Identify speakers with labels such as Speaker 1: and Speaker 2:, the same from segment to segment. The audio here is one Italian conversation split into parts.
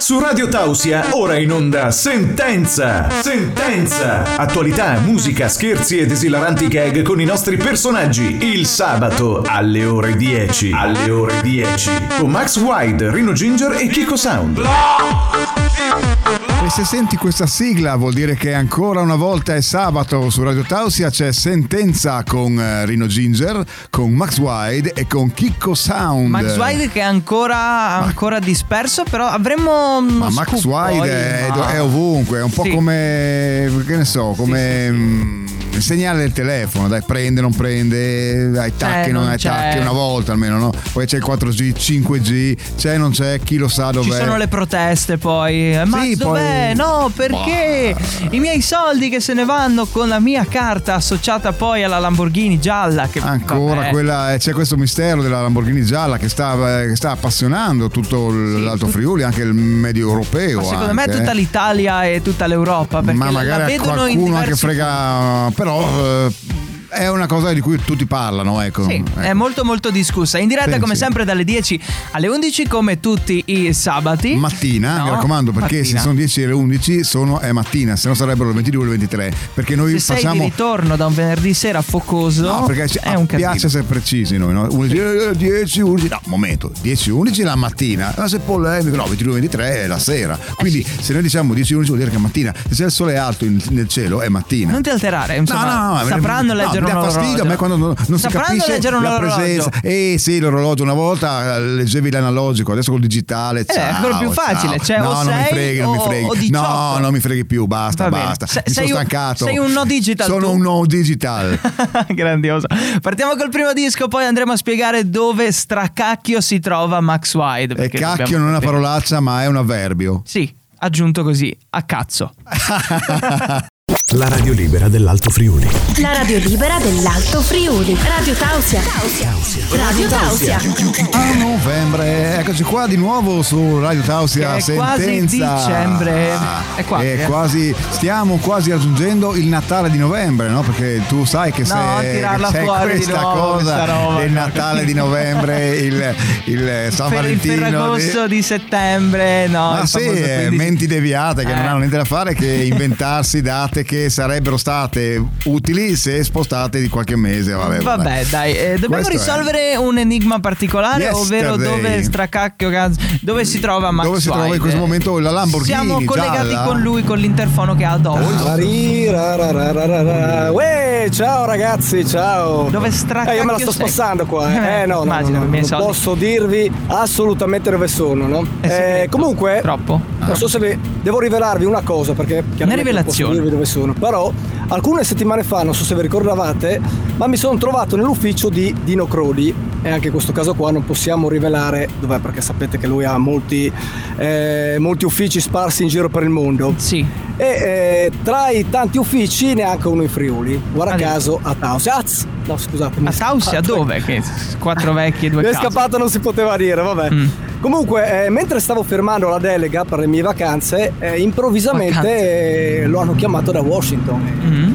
Speaker 1: Su Radio Tausia, ora in onda Sentenza! Sentenza! Attualità, musica, scherzi ed esilaranti gag con i nostri personaggi. Il sabato alle ore 10. Alle ore 10. Con Max Wide, Rino Ginger e Kiko Sound.
Speaker 2: E se senti questa sigla vuol dire che ancora una volta è sabato su Radio Tausia c'è Sentenza con eh, Rino Ginger, con Max Wide e con Kicko Sound.
Speaker 3: Max Wide che è ancora, ancora disperso, però avremmo. mm,
Speaker 2: Ma Max Wide è, è ovunque, è un po'
Speaker 3: Ah. Sì.
Speaker 2: come, che ne so, come mm, il segnale del telefono, dai prende, non prende, hai tacchi, non
Speaker 3: Eh, non
Speaker 2: hai
Speaker 3: c'è.
Speaker 2: tacchi, una volta almeno, no? Poi c'è il 4G, 5G, c'è, non c'è, chi lo sa dov'è.
Speaker 3: Ci sono le proteste poi. Eh, Max
Speaker 2: Sì, poi-
Speaker 3: dov'è? No, perché? I miei soldi che se ne vanno con la mia carta associata poi alla Lamborghini gialla. Che
Speaker 2: Ancora
Speaker 3: vabbè.
Speaker 2: quella, eh, c'è questo mistero della Lamborghini gialla che sta, eh, che sta appassionando tutto l- l'Alto Friuli, anche il medio europeo.
Speaker 3: Ma secondo me
Speaker 2: anche,
Speaker 3: tutta
Speaker 2: eh.
Speaker 3: l'Italia e tutta l'Europa. Perché
Speaker 2: Ma
Speaker 3: la- la
Speaker 2: magari a
Speaker 3: vedono in
Speaker 2: qualcuno anche
Speaker 3: diversi
Speaker 2: frega, però eh, è una cosa di cui tutti parlano. Ecco.
Speaker 3: Sì,
Speaker 2: Ecco.
Speaker 3: è molto molto discussa. In diretta
Speaker 2: Sì,
Speaker 3: come
Speaker 2: sì.
Speaker 3: sempre dalle 10 alle 11 come tutti i sabati.
Speaker 2: Mattina, mi
Speaker 3: No,
Speaker 2: raccomando, perché
Speaker 3: mattina.
Speaker 2: se sono 10 e 11 sono, è mattina, se no sarebbero le 22 o le 23. Perché noi
Speaker 3: se sei di
Speaker 2: facciamo.
Speaker 3: ritorno da un venerdì sera focoso,
Speaker 2: No, perché ci
Speaker 3: è un
Speaker 2: piace
Speaker 3: casino.
Speaker 2: essere precisi noi, no? Uno dice, eh, 10, 11, no, momento, 10, 11 la mattina, ma se polemico, no, 22, 23 è la sera. Quindi
Speaker 3: Eh
Speaker 2: se noi diciamo 10, 11 vuol dire che è mattina, se c'è il sole alto in- nel cielo è mattina.
Speaker 3: Non ti alterare, insomma, sapranno
Speaker 2: no,
Speaker 3: leggere
Speaker 2: mi
Speaker 3: un
Speaker 2: dà
Speaker 3: orologio.
Speaker 2: fastidio a me quando non, non si
Speaker 3: Sapranno
Speaker 2: capisce
Speaker 3: leggere un
Speaker 2: la
Speaker 3: orologio.
Speaker 2: presenza. Eh sì, l'orologio una volta eh, leggevi l'analogico, adesso col digitale
Speaker 3: Eh, è
Speaker 2: ciao,
Speaker 3: ancora più
Speaker 2: ciao.
Speaker 3: facile, cioè,
Speaker 2: no,
Speaker 3: o
Speaker 2: non mi
Speaker 3: sei
Speaker 2: freghi, non mi
Speaker 3: o-
Speaker 2: freghi.
Speaker 3: o 18.
Speaker 2: No, non mi freghi più, basta,
Speaker 3: Va bene.
Speaker 2: basta.
Speaker 3: Se-
Speaker 2: mi sono
Speaker 3: sei un-
Speaker 2: stancato.
Speaker 3: sei un no digital
Speaker 2: Sono
Speaker 3: tu.
Speaker 2: un no digital.
Speaker 3: Grandioso. Partiamo col primo disco, poi andremo a spiegare dove stracacchio si trova Max Wide.
Speaker 2: E
Speaker 3: perché
Speaker 2: Eh, cacchio
Speaker 3: dobbiamo
Speaker 2: non è una
Speaker 3: capire.
Speaker 2: parolaccia, ma è un avverbio.
Speaker 3: Sì, aggiunto così, a cazzo.
Speaker 4: La radio libera dell'Alto Friuli.
Speaker 5: La radio libera dell'Alto Friuli. Radio Tausia. Radio Tausia.
Speaker 2: A novembre, eccoci qua di nuovo su Radio Tausia
Speaker 3: Che è quasi
Speaker 2: Sentenza.
Speaker 3: dicembre. È quasi,
Speaker 2: È
Speaker 3: eh.
Speaker 2: quasi- stiamo quasi raggiungendo il Natale di novembre, no? Perché tu sai che
Speaker 3: No,
Speaker 2: se
Speaker 3: tirarla
Speaker 2: c'è
Speaker 3: fuori di
Speaker 2: questa
Speaker 3: nuovo,
Speaker 2: cosa
Speaker 3: questa roba.
Speaker 2: del Natale di novembre, il, il San
Speaker 3: per il
Speaker 2: Valentino.
Speaker 3: ferragosto di settembre, no?
Speaker 2: Ma
Speaker 3: il
Speaker 2: sì,
Speaker 3: famoso
Speaker 2: eh,
Speaker 3: 15.
Speaker 2: menti deviate che non
Speaker 3: Eh.
Speaker 2: hanno niente da fare che inventarsi date che sarebbero state utili se spostate di qualche mese. Vabbè, vabbè.
Speaker 3: Vabbè, dai, eh, dobbiamo
Speaker 2: Questo è.
Speaker 3: risolvere un enigma particolare,
Speaker 2: Yesterday.
Speaker 3: ovvero dove stracacchio cazzo, dove si trova Max
Speaker 2: Dove si trova in
Speaker 3: White.
Speaker 2: questo momento la Lamborghini
Speaker 3: Siamo collegati
Speaker 2: gialla?
Speaker 3: con lui con l'interfono che ha addosso.
Speaker 6: Rararararara. Uè, ciao ragazzi, ciao.
Speaker 3: Dove stracacchio
Speaker 6: Eh, io me la sto
Speaker 3: sei?
Speaker 6: spassando qua. eh. Eh, no, no, no,
Speaker 3: Immagino,
Speaker 6: no,
Speaker 3: i miei
Speaker 6: non
Speaker 3: soldi.
Speaker 6: posso dirvi assolutamente dove sono, no?
Speaker 3: È segreto.
Speaker 6: Eh, comunque
Speaker 3: Troppo?
Speaker 6: Non so se vi- devo rivelarvi una cosa perché
Speaker 3: Una
Speaker 6: chiaramente non posso
Speaker 3: rivelazione.
Speaker 6: dirvi dove sono, però alcune settimane fa, non so se vi ricordavate, ma mi sono trovato nell'ufficio di Dino Crodi e anche in questo caso qua non possiamo rivelare dov'è perché sapete che lui ha molti, eh, molti uffici sparsi in giro per il mondo.
Speaker 3: Sì.
Speaker 6: E eh, tra i tanti uffici ne ha anche uno in Friuli, guarda
Speaker 3: Ah, sì.
Speaker 6: caso a Tausia. Az! No, scusatemi.
Speaker 3: A Tausia dove? Che quattro vecchi e due
Speaker 6: Mi è
Speaker 3: case.
Speaker 6: scappato, non si poteva dire, vabbè.
Speaker 3: Mm.
Speaker 6: Comunque, eh, mentre stavo firmando la delega per le mie vacanze, eh, improvvisamente eh, lo hanno chiamato da Washington.
Speaker 3: Mm.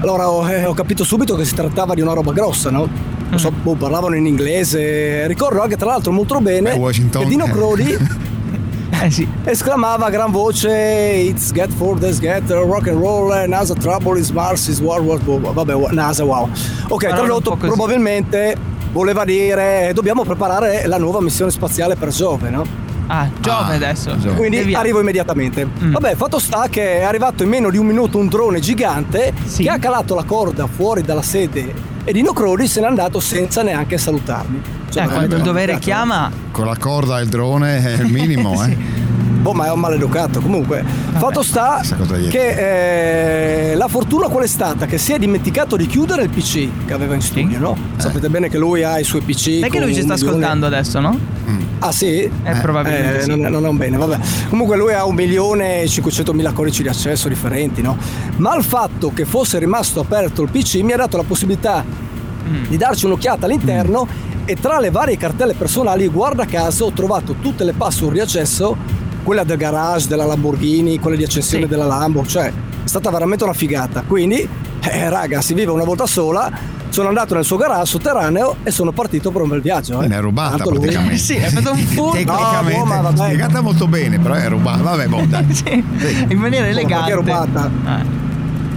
Speaker 6: Allora ho, eh, ho capito subito che si trattava di una roba grossa, no? Non so,
Speaker 3: Mm.
Speaker 6: boh, parlavano in inglese. Ricordo anche, tra l'altro, molto bene
Speaker 2: Beh, Washington,
Speaker 6: che Dino
Speaker 2: eh.
Speaker 6: Crowley
Speaker 3: Eh sì.
Speaker 6: esclamava a gran voce It's get for this get rock and roll eh, NASA trouble is Mars is World War War- Vabbè wa- NASA wow Ok
Speaker 3: Parole
Speaker 6: tradotto
Speaker 3: un po' così.
Speaker 6: probabilmente voleva dire dobbiamo preparare la nuova missione spaziale per Giove no?
Speaker 3: Ah, Giove
Speaker 2: Ah,
Speaker 3: adesso.
Speaker 2: Giove.
Speaker 6: Quindi
Speaker 3: E via.
Speaker 6: arrivo immediatamente
Speaker 3: Mm.
Speaker 6: Vabbè fatto sta che è arrivato in meno di un minuto un drone gigante
Speaker 3: Sì.
Speaker 6: Che ha calato la corda fuori dalla sede e Dino Crodi se n'è andato senza neanche salutarmi
Speaker 3: Cioè, quando il dovere chiama,
Speaker 2: Con la corda e il drone è il minimo, eh.
Speaker 6: Boh, ma è un maleducato. Comunque, fatto sta
Speaker 2: Questa cosa gli è-
Speaker 6: che eh, la fortuna qual è stata? Che si è dimenticato di chiudere il PC che aveva in studio, no? Sapete bene che lui ha i suoi PC.
Speaker 3: Eh. sai che lui ci
Speaker 6: con un
Speaker 3: sta
Speaker 6: milione-
Speaker 3: ascoltando adesso, no?
Speaker 6: Ah, sì?
Speaker 3: Eh, probabilmente
Speaker 6: Eh,
Speaker 3: sì.
Speaker 6: non, è- non è un bene, vabbè. Comunque lui ha un milione e 500.000 codici di accesso differenti, no? Ma il fatto che fosse rimasto aperto il PC mi ha dato la possibilità
Speaker 3: Mm.
Speaker 6: di darci un'occhiata all'interno e tra le varie cartelle personali, guarda caso, ho trovato tutte le password di accesso, quella del garage, della Lamborghini, quella di accensione
Speaker 3: Sì.
Speaker 6: della Lambo, cioè è stata veramente una figata. Quindi, eh, raga, si vive una volta sola. sono andato nel suo garage sotterraneo e sono partito per un bel viaggio. Eh.
Speaker 2: Ne è rubata
Speaker 6: Tanto lui-
Speaker 2: praticamente.
Speaker 3: Sì, è fatto un furto
Speaker 2: Tecnicamente
Speaker 6: No, boh, ma vabbè.
Speaker 2: spiegata molto bene, però è rubata. Vabbè, boh, dai.
Speaker 3: Sì, in maniera elegante.
Speaker 6: perché rubata?
Speaker 3: Eh.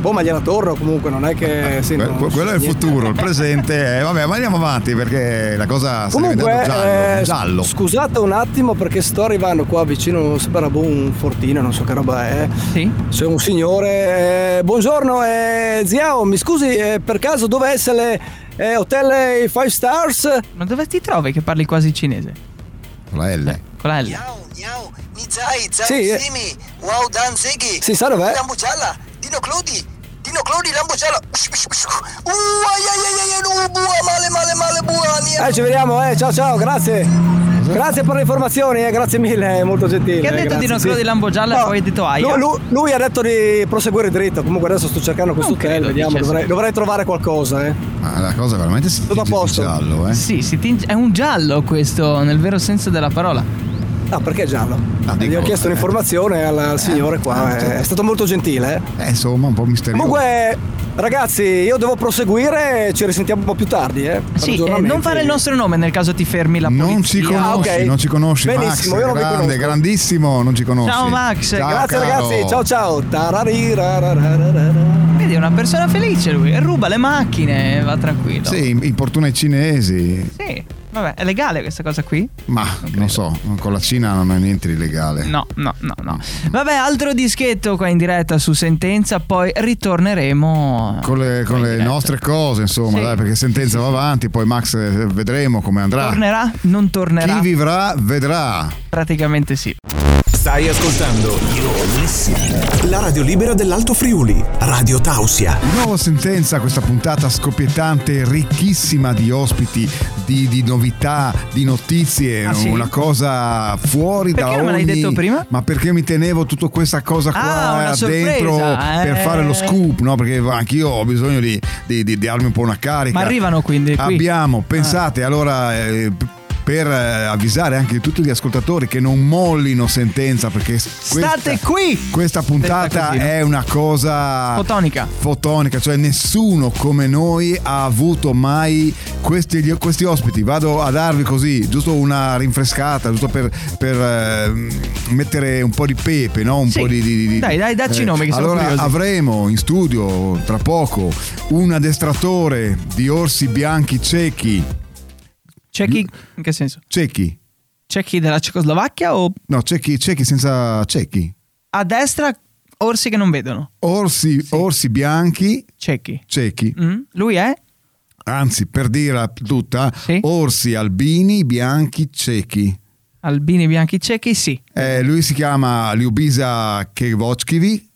Speaker 6: Boh, ma gliela torno comunque, non è che. sì,
Speaker 2: Eh, Que-
Speaker 6: non-
Speaker 2: que- quello è il
Speaker 6: niente.
Speaker 2: futuro, il presente. è- vabbè, ma andiamo avanti perché la cosa sta diventando
Speaker 6: Comunque,
Speaker 2: giallo.
Speaker 6: eh,
Speaker 2: giallo.
Speaker 6: scusate un attimo perché sto arrivando qua vicino, non so, Barabun, Fortina, non so che roba è.
Speaker 3: Sì.
Speaker 6: C'è un signore. eh, buongiorno, eh, Ziao, mi scusi, eh, per caso dove essere eh, hotel 5 stars?
Speaker 3: Ma dove ti trovi che parli quasi cinese?
Speaker 2: Con la L.
Speaker 3: Con la L.
Speaker 7: Miau, miau, mi zai, zai,
Speaker 6: Sì, eh.
Speaker 7: simi, wow, dan, seghi.
Speaker 6: Sì, sa dov'è?
Speaker 7: Lambucialla, Dino Clodi, Dino Clodi, Lambucialla. Uh, ai, ai, ai, ai, no, bua, male, male, male, bua, niente.
Speaker 6: Eh, ci vediamo, eh, ciao ciao, grazie. Grazie per le informazioni, eh, grazie mille, è molto gentile.
Speaker 3: Che ha detto di non
Speaker 6: grazie,
Speaker 3: quello di Lambogialla e poi ha detto aia?
Speaker 6: Lui, lui- lui ha detto di proseguire dritto, comunque adesso sto cercando questo
Speaker 3: Non
Speaker 6: hotel,
Speaker 3: credo,
Speaker 6: vediamo,
Speaker 3: dicesse.
Speaker 6: dovrei, dovrei trovare qualcosa, eh.
Speaker 2: Ma la cosa veramente si
Speaker 6: Tutto a
Speaker 2: tinge di
Speaker 6: posto.
Speaker 2: giallo, eh.
Speaker 3: Sì, si tinge- è un giallo questo, nel vero senso della parola.
Speaker 6: No, perché giallo?
Speaker 2: Ah,
Speaker 6: Gli
Speaker 2: dico,
Speaker 6: ho chiesto
Speaker 2: eh. certo.
Speaker 6: un'informazione al, al signore qua, eh, è stato molto gentile, eh.
Speaker 2: Eh, insomma, un po' misterioso.
Speaker 6: Comunque, ragazzi, io devo proseguire, ci risentiamo un po' più tardi, eh. per
Speaker 3: Sì, eh,
Speaker 6: aggiornamenti.
Speaker 3: non fare il nostro nome nel caso ti fermi la polizia.
Speaker 2: non ci
Speaker 6: Ah,
Speaker 2: conosci,
Speaker 6: ok.
Speaker 2: non ci conosci,
Speaker 6: Benissimo,
Speaker 2: Max.
Speaker 6: io non vi
Speaker 2: Grande,
Speaker 6: conosco.
Speaker 2: grandissimo, non ci conosci.
Speaker 3: Ciao, Max,
Speaker 6: Grazie
Speaker 2: caro.
Speaker 6: ragazzi, ciao ciao. Tararirarararara.
Speaker 3: Vedi, è una persona felice lui, ruba le macchine, va tranquillo.
Speaker 2: Sì, importuna ai cinesi.
Speaker 3: Sì, vabbè, è legale questa cosa qui?
Speaker 2: Ma non, so, con la Cina non è niente di legale.
Speaker 3: No, no, no, no.
Speaker 2: Mm.
Speaker 3: Vabbè, altro dischetto qua in diretta su sentenza, poi ritorneremo.
Speaker 2: Con le, con
Speaker 3: in
Speaker 2: le
Speaker 3: diretta.
Speaker 2: nostre cose, insomma,
Speaker 3: certo. Sì.
Speaker 2: dai, perché sentenza va avanti, poi Max eh, vedremo come andrà.
Speaker 3: Tornerà? Non tornerà?
Speaker 2: Chi vivrà, vedrà.
Speaker 3: Praticamente sì.
Speaker 4: Stai ascoltando la radio libera dell'Alto Friuli, Radio Tausia.
Speaker 2: Nuova sentenza, questa puntata scoppiettante, ricchissima di ospiti, di, di novità, di notizie,
Speaker 3: Ah, sì?
Speaker 2: una cosa fuori
Speaker 3: Perché
Speaker 2: da
Speaker 3: non me l'hai
Speaker 2: ogni-
Speaker 3: detto prima?
Speaker 2: Ma perché mi tenevo tutta questa cosa
Speaker 3: Ah,
Speaker 2: qua
Speaker 3: una sorpresa,
Speaker 2: dentro per
Speaker 3: eh.
Speaker 2: fare lo scoop, no? Perché anch'io ho bisogno di, di, di darmi un po' una carica.
Speaker 3: Ma arrivano quindi qui. Ah.
Speaker 2: Abbiamo, pensate, allora... eh, p- per eh, avvisare anche tutti gli ascoltatori che non mollino sentenza perché s-
Speaker 3: State
Speaker 2: questa-
Speaker 3: qui!
Speaker 2: questa
Speaker 3: Detta
Speaker 2: puntata
Speaker 3: così, no?
Speaker 2: è una cosa
Speaker 3: Fotonica.
Speaker 2: fotonica, cioè nessuno come noi ha avuto mai questi, gli- questi ospiti. Vado a darvi così, giusto una rinfrescata, giusto per, per, ehm, mettere un po' di pepe, no? Un
Speaker 3: Sì.
Speaker 2: po' di, di- di-
Speaker 3: Dai, dai, dacci i nomi che sono
Speaker 2: Allora
Speaker 3: curiosi.
Speaker 2: avremo in studio tra poco un addestratore di orsi bianchi ciechi.
Speaker 3: C'è chi. In che senso?
Speaker 2: Ciechi?
Speaker 3: C'è chi della Cecoslovacchia o
Speaker 2: No, ciechi, ciechi senza ciechi.
Speaker 3: a destra orsi che non vedono?
Speaker 2: Orsi, orsi bianchi
Speaker 3: C'è chi.
Speaker 2: ciechi.
Speaker 3: Mm? Lui è?
Speaker 2: Anzi, per dirla tutta,
Speaker 3: Sì.
Speaker 2: orsi albini bianchi ciechi.
Speaker 3: Albini bianchi ciechi, sì.
Speaker 2: Eh, lui si chiama Ljubisa Kevochkivi.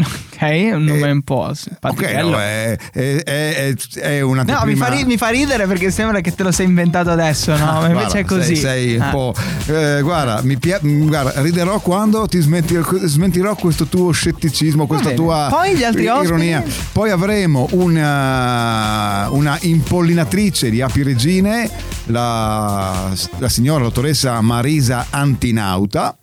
Speaker 3: Ok, è un nome un po' simpatico.
Speaker 2: Eh, Ok, no, è, è, è, è
Speaker 3: No, mi
Speaker 2: un'anteprima-
Speaker 3: fa, ri- mi fa ridere perché sembra che te lo sei inventato adesso, no? Ma
Speaker 2: Ah,
Speaker 3: invece è
Speaker 2: guarda, Sei,
Speaker 3: così.
Speaker 2: sei un
Speaker 3: Ah.
Speaker 2: po'. eh, guarda, mi pia- mm, guarda, riderò quando ti smentirò, smentirò questo tuo scetticismo, questa
Speaker 3: bene.
Speaker 2: tua
Speaker 3: Poi gli altri
Speaker 2: i-
Speaker 3: ospiti?
Speaker 2: ironia. Poi avremo una, una impollinatrice di api regine, la, la signora la dottoressa Marisa Antinauta.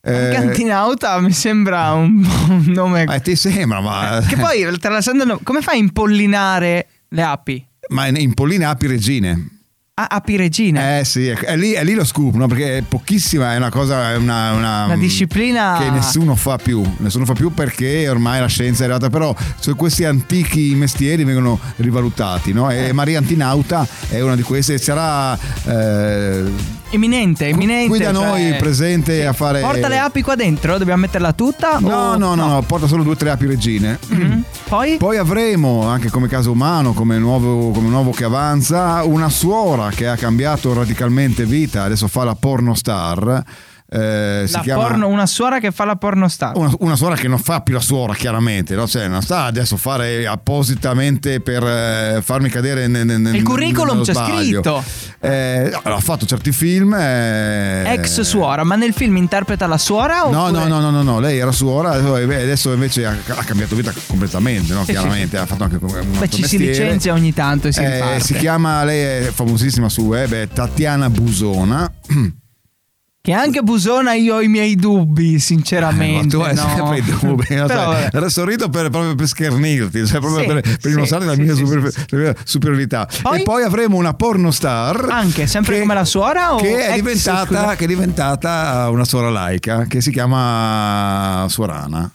Speaker 2: Eh,
Speaker 3: Cantinauta mi sembra un, po' un nome.
Speaker 2: eh, ti sembra, ma.
Speaker 3: Che poi, tralasciando il nome, come fai a impollinare le api?
Speaker 2: ma impollina api regine.
Speaker 3: A- api regine.
Speaker 2: Eh sì, ecco, è lì, è lì lo scoop, no? Perché è pochissima, è una cosa, è una, una- mm,
Speaker 3: Una disciplina-
Speaker 2: che nessuno fa più, nessuno fa più perché ormai la scienza è arrivata, però su questi antichi mestieri vengono rivalutati, no?
Speaker 3: Eh.
Speaker 2: E Maria Antinauta è una di queste, sarà eh,
Speaker 3: Eminente, eminente.
Speaker 2: qui da
Speaker 3: cioè-
Speaker 2: noi presente a fare...
Speaker 3: Porta le api qua dentro, dobbiamo metterla tutta?
Speaker 2: No,
Speaker 3: o-
Speaker 2: no, no, no, porta solo due o tre api regine.
Speaker 3: Mm. Poi?
Speaker 2: Poi avremo, anche come caso umano, come nuovo, come nuovo che avanza, una suora che ha cambiato radicalmente vita, adesso fa la pornostar. Eh, si
Speaker 3: la
Speaker 2: chiama Oh,
Speaker 3: porno, una suora che fa la pornostar.
Speaker 2: una, una suora che non fa più la suora, chiaramente, no? Cioè, non sta adesso a fare appositamente per eh, farmi cadere nel, nel, nel
Speaker 3: curriculum
Speaker 2: nello
Speaker 3: c'è
Speaker 2: sbaglio.
Speaker 3: scritto.
Speaker 2: Eh, no, ha fatto certi film. eh,
Speaker 3: Ex suora, ma nel film interpreta la suora?
Speaker 2: No,
Speaker 3: oppure-
Speaker 2: no, no, no, no, no, lei era suora, adesso- adesso invece ha, ha cambiato vita completamente, no?
Speaker 3: sì,
Speaker 2: chiaramente, ha fatto anche un altro
Speaker 3: Beh, ci si
Speaker 2: mestiere.
Speaker 3: licenzia ogni tanto e si
Speaker 2: Eh,
Speaker 3: riparte.
Speaker 2: Eh, si chiama, lei è famosissima su web, è Tatiana Busona.
Speaker 3: Che anche Busona io ho i miei dubbi, sinceramente.
Speaker 2: Ma tu hai
Speaker 3: eh, no.
Speaker 2: sempre i eh, dubbi. Però, sai, adesso rido per, proprio per schernirti, cioè proprio
Speaker 3: Sì,
Speaker 2: per, per
Speaker 3: sì,
Speaker 2: dimostrare la
Speaker 3: sì,
Speaker 2: mia
Speaker 3: sì,
Speaker 2: super- la mia superiorità.
Speaker 3: Poi?
Speaker 2: E poi avremo una pornostar
Speaker 3: Anche, sempre come la suora o
Speaker 2: che, è
Speaker 3: ex-
Speaker 2: diventata,
Speaker 3: scusa.
Speaker 2: che è diventata una suora laica che si chiama Suorana.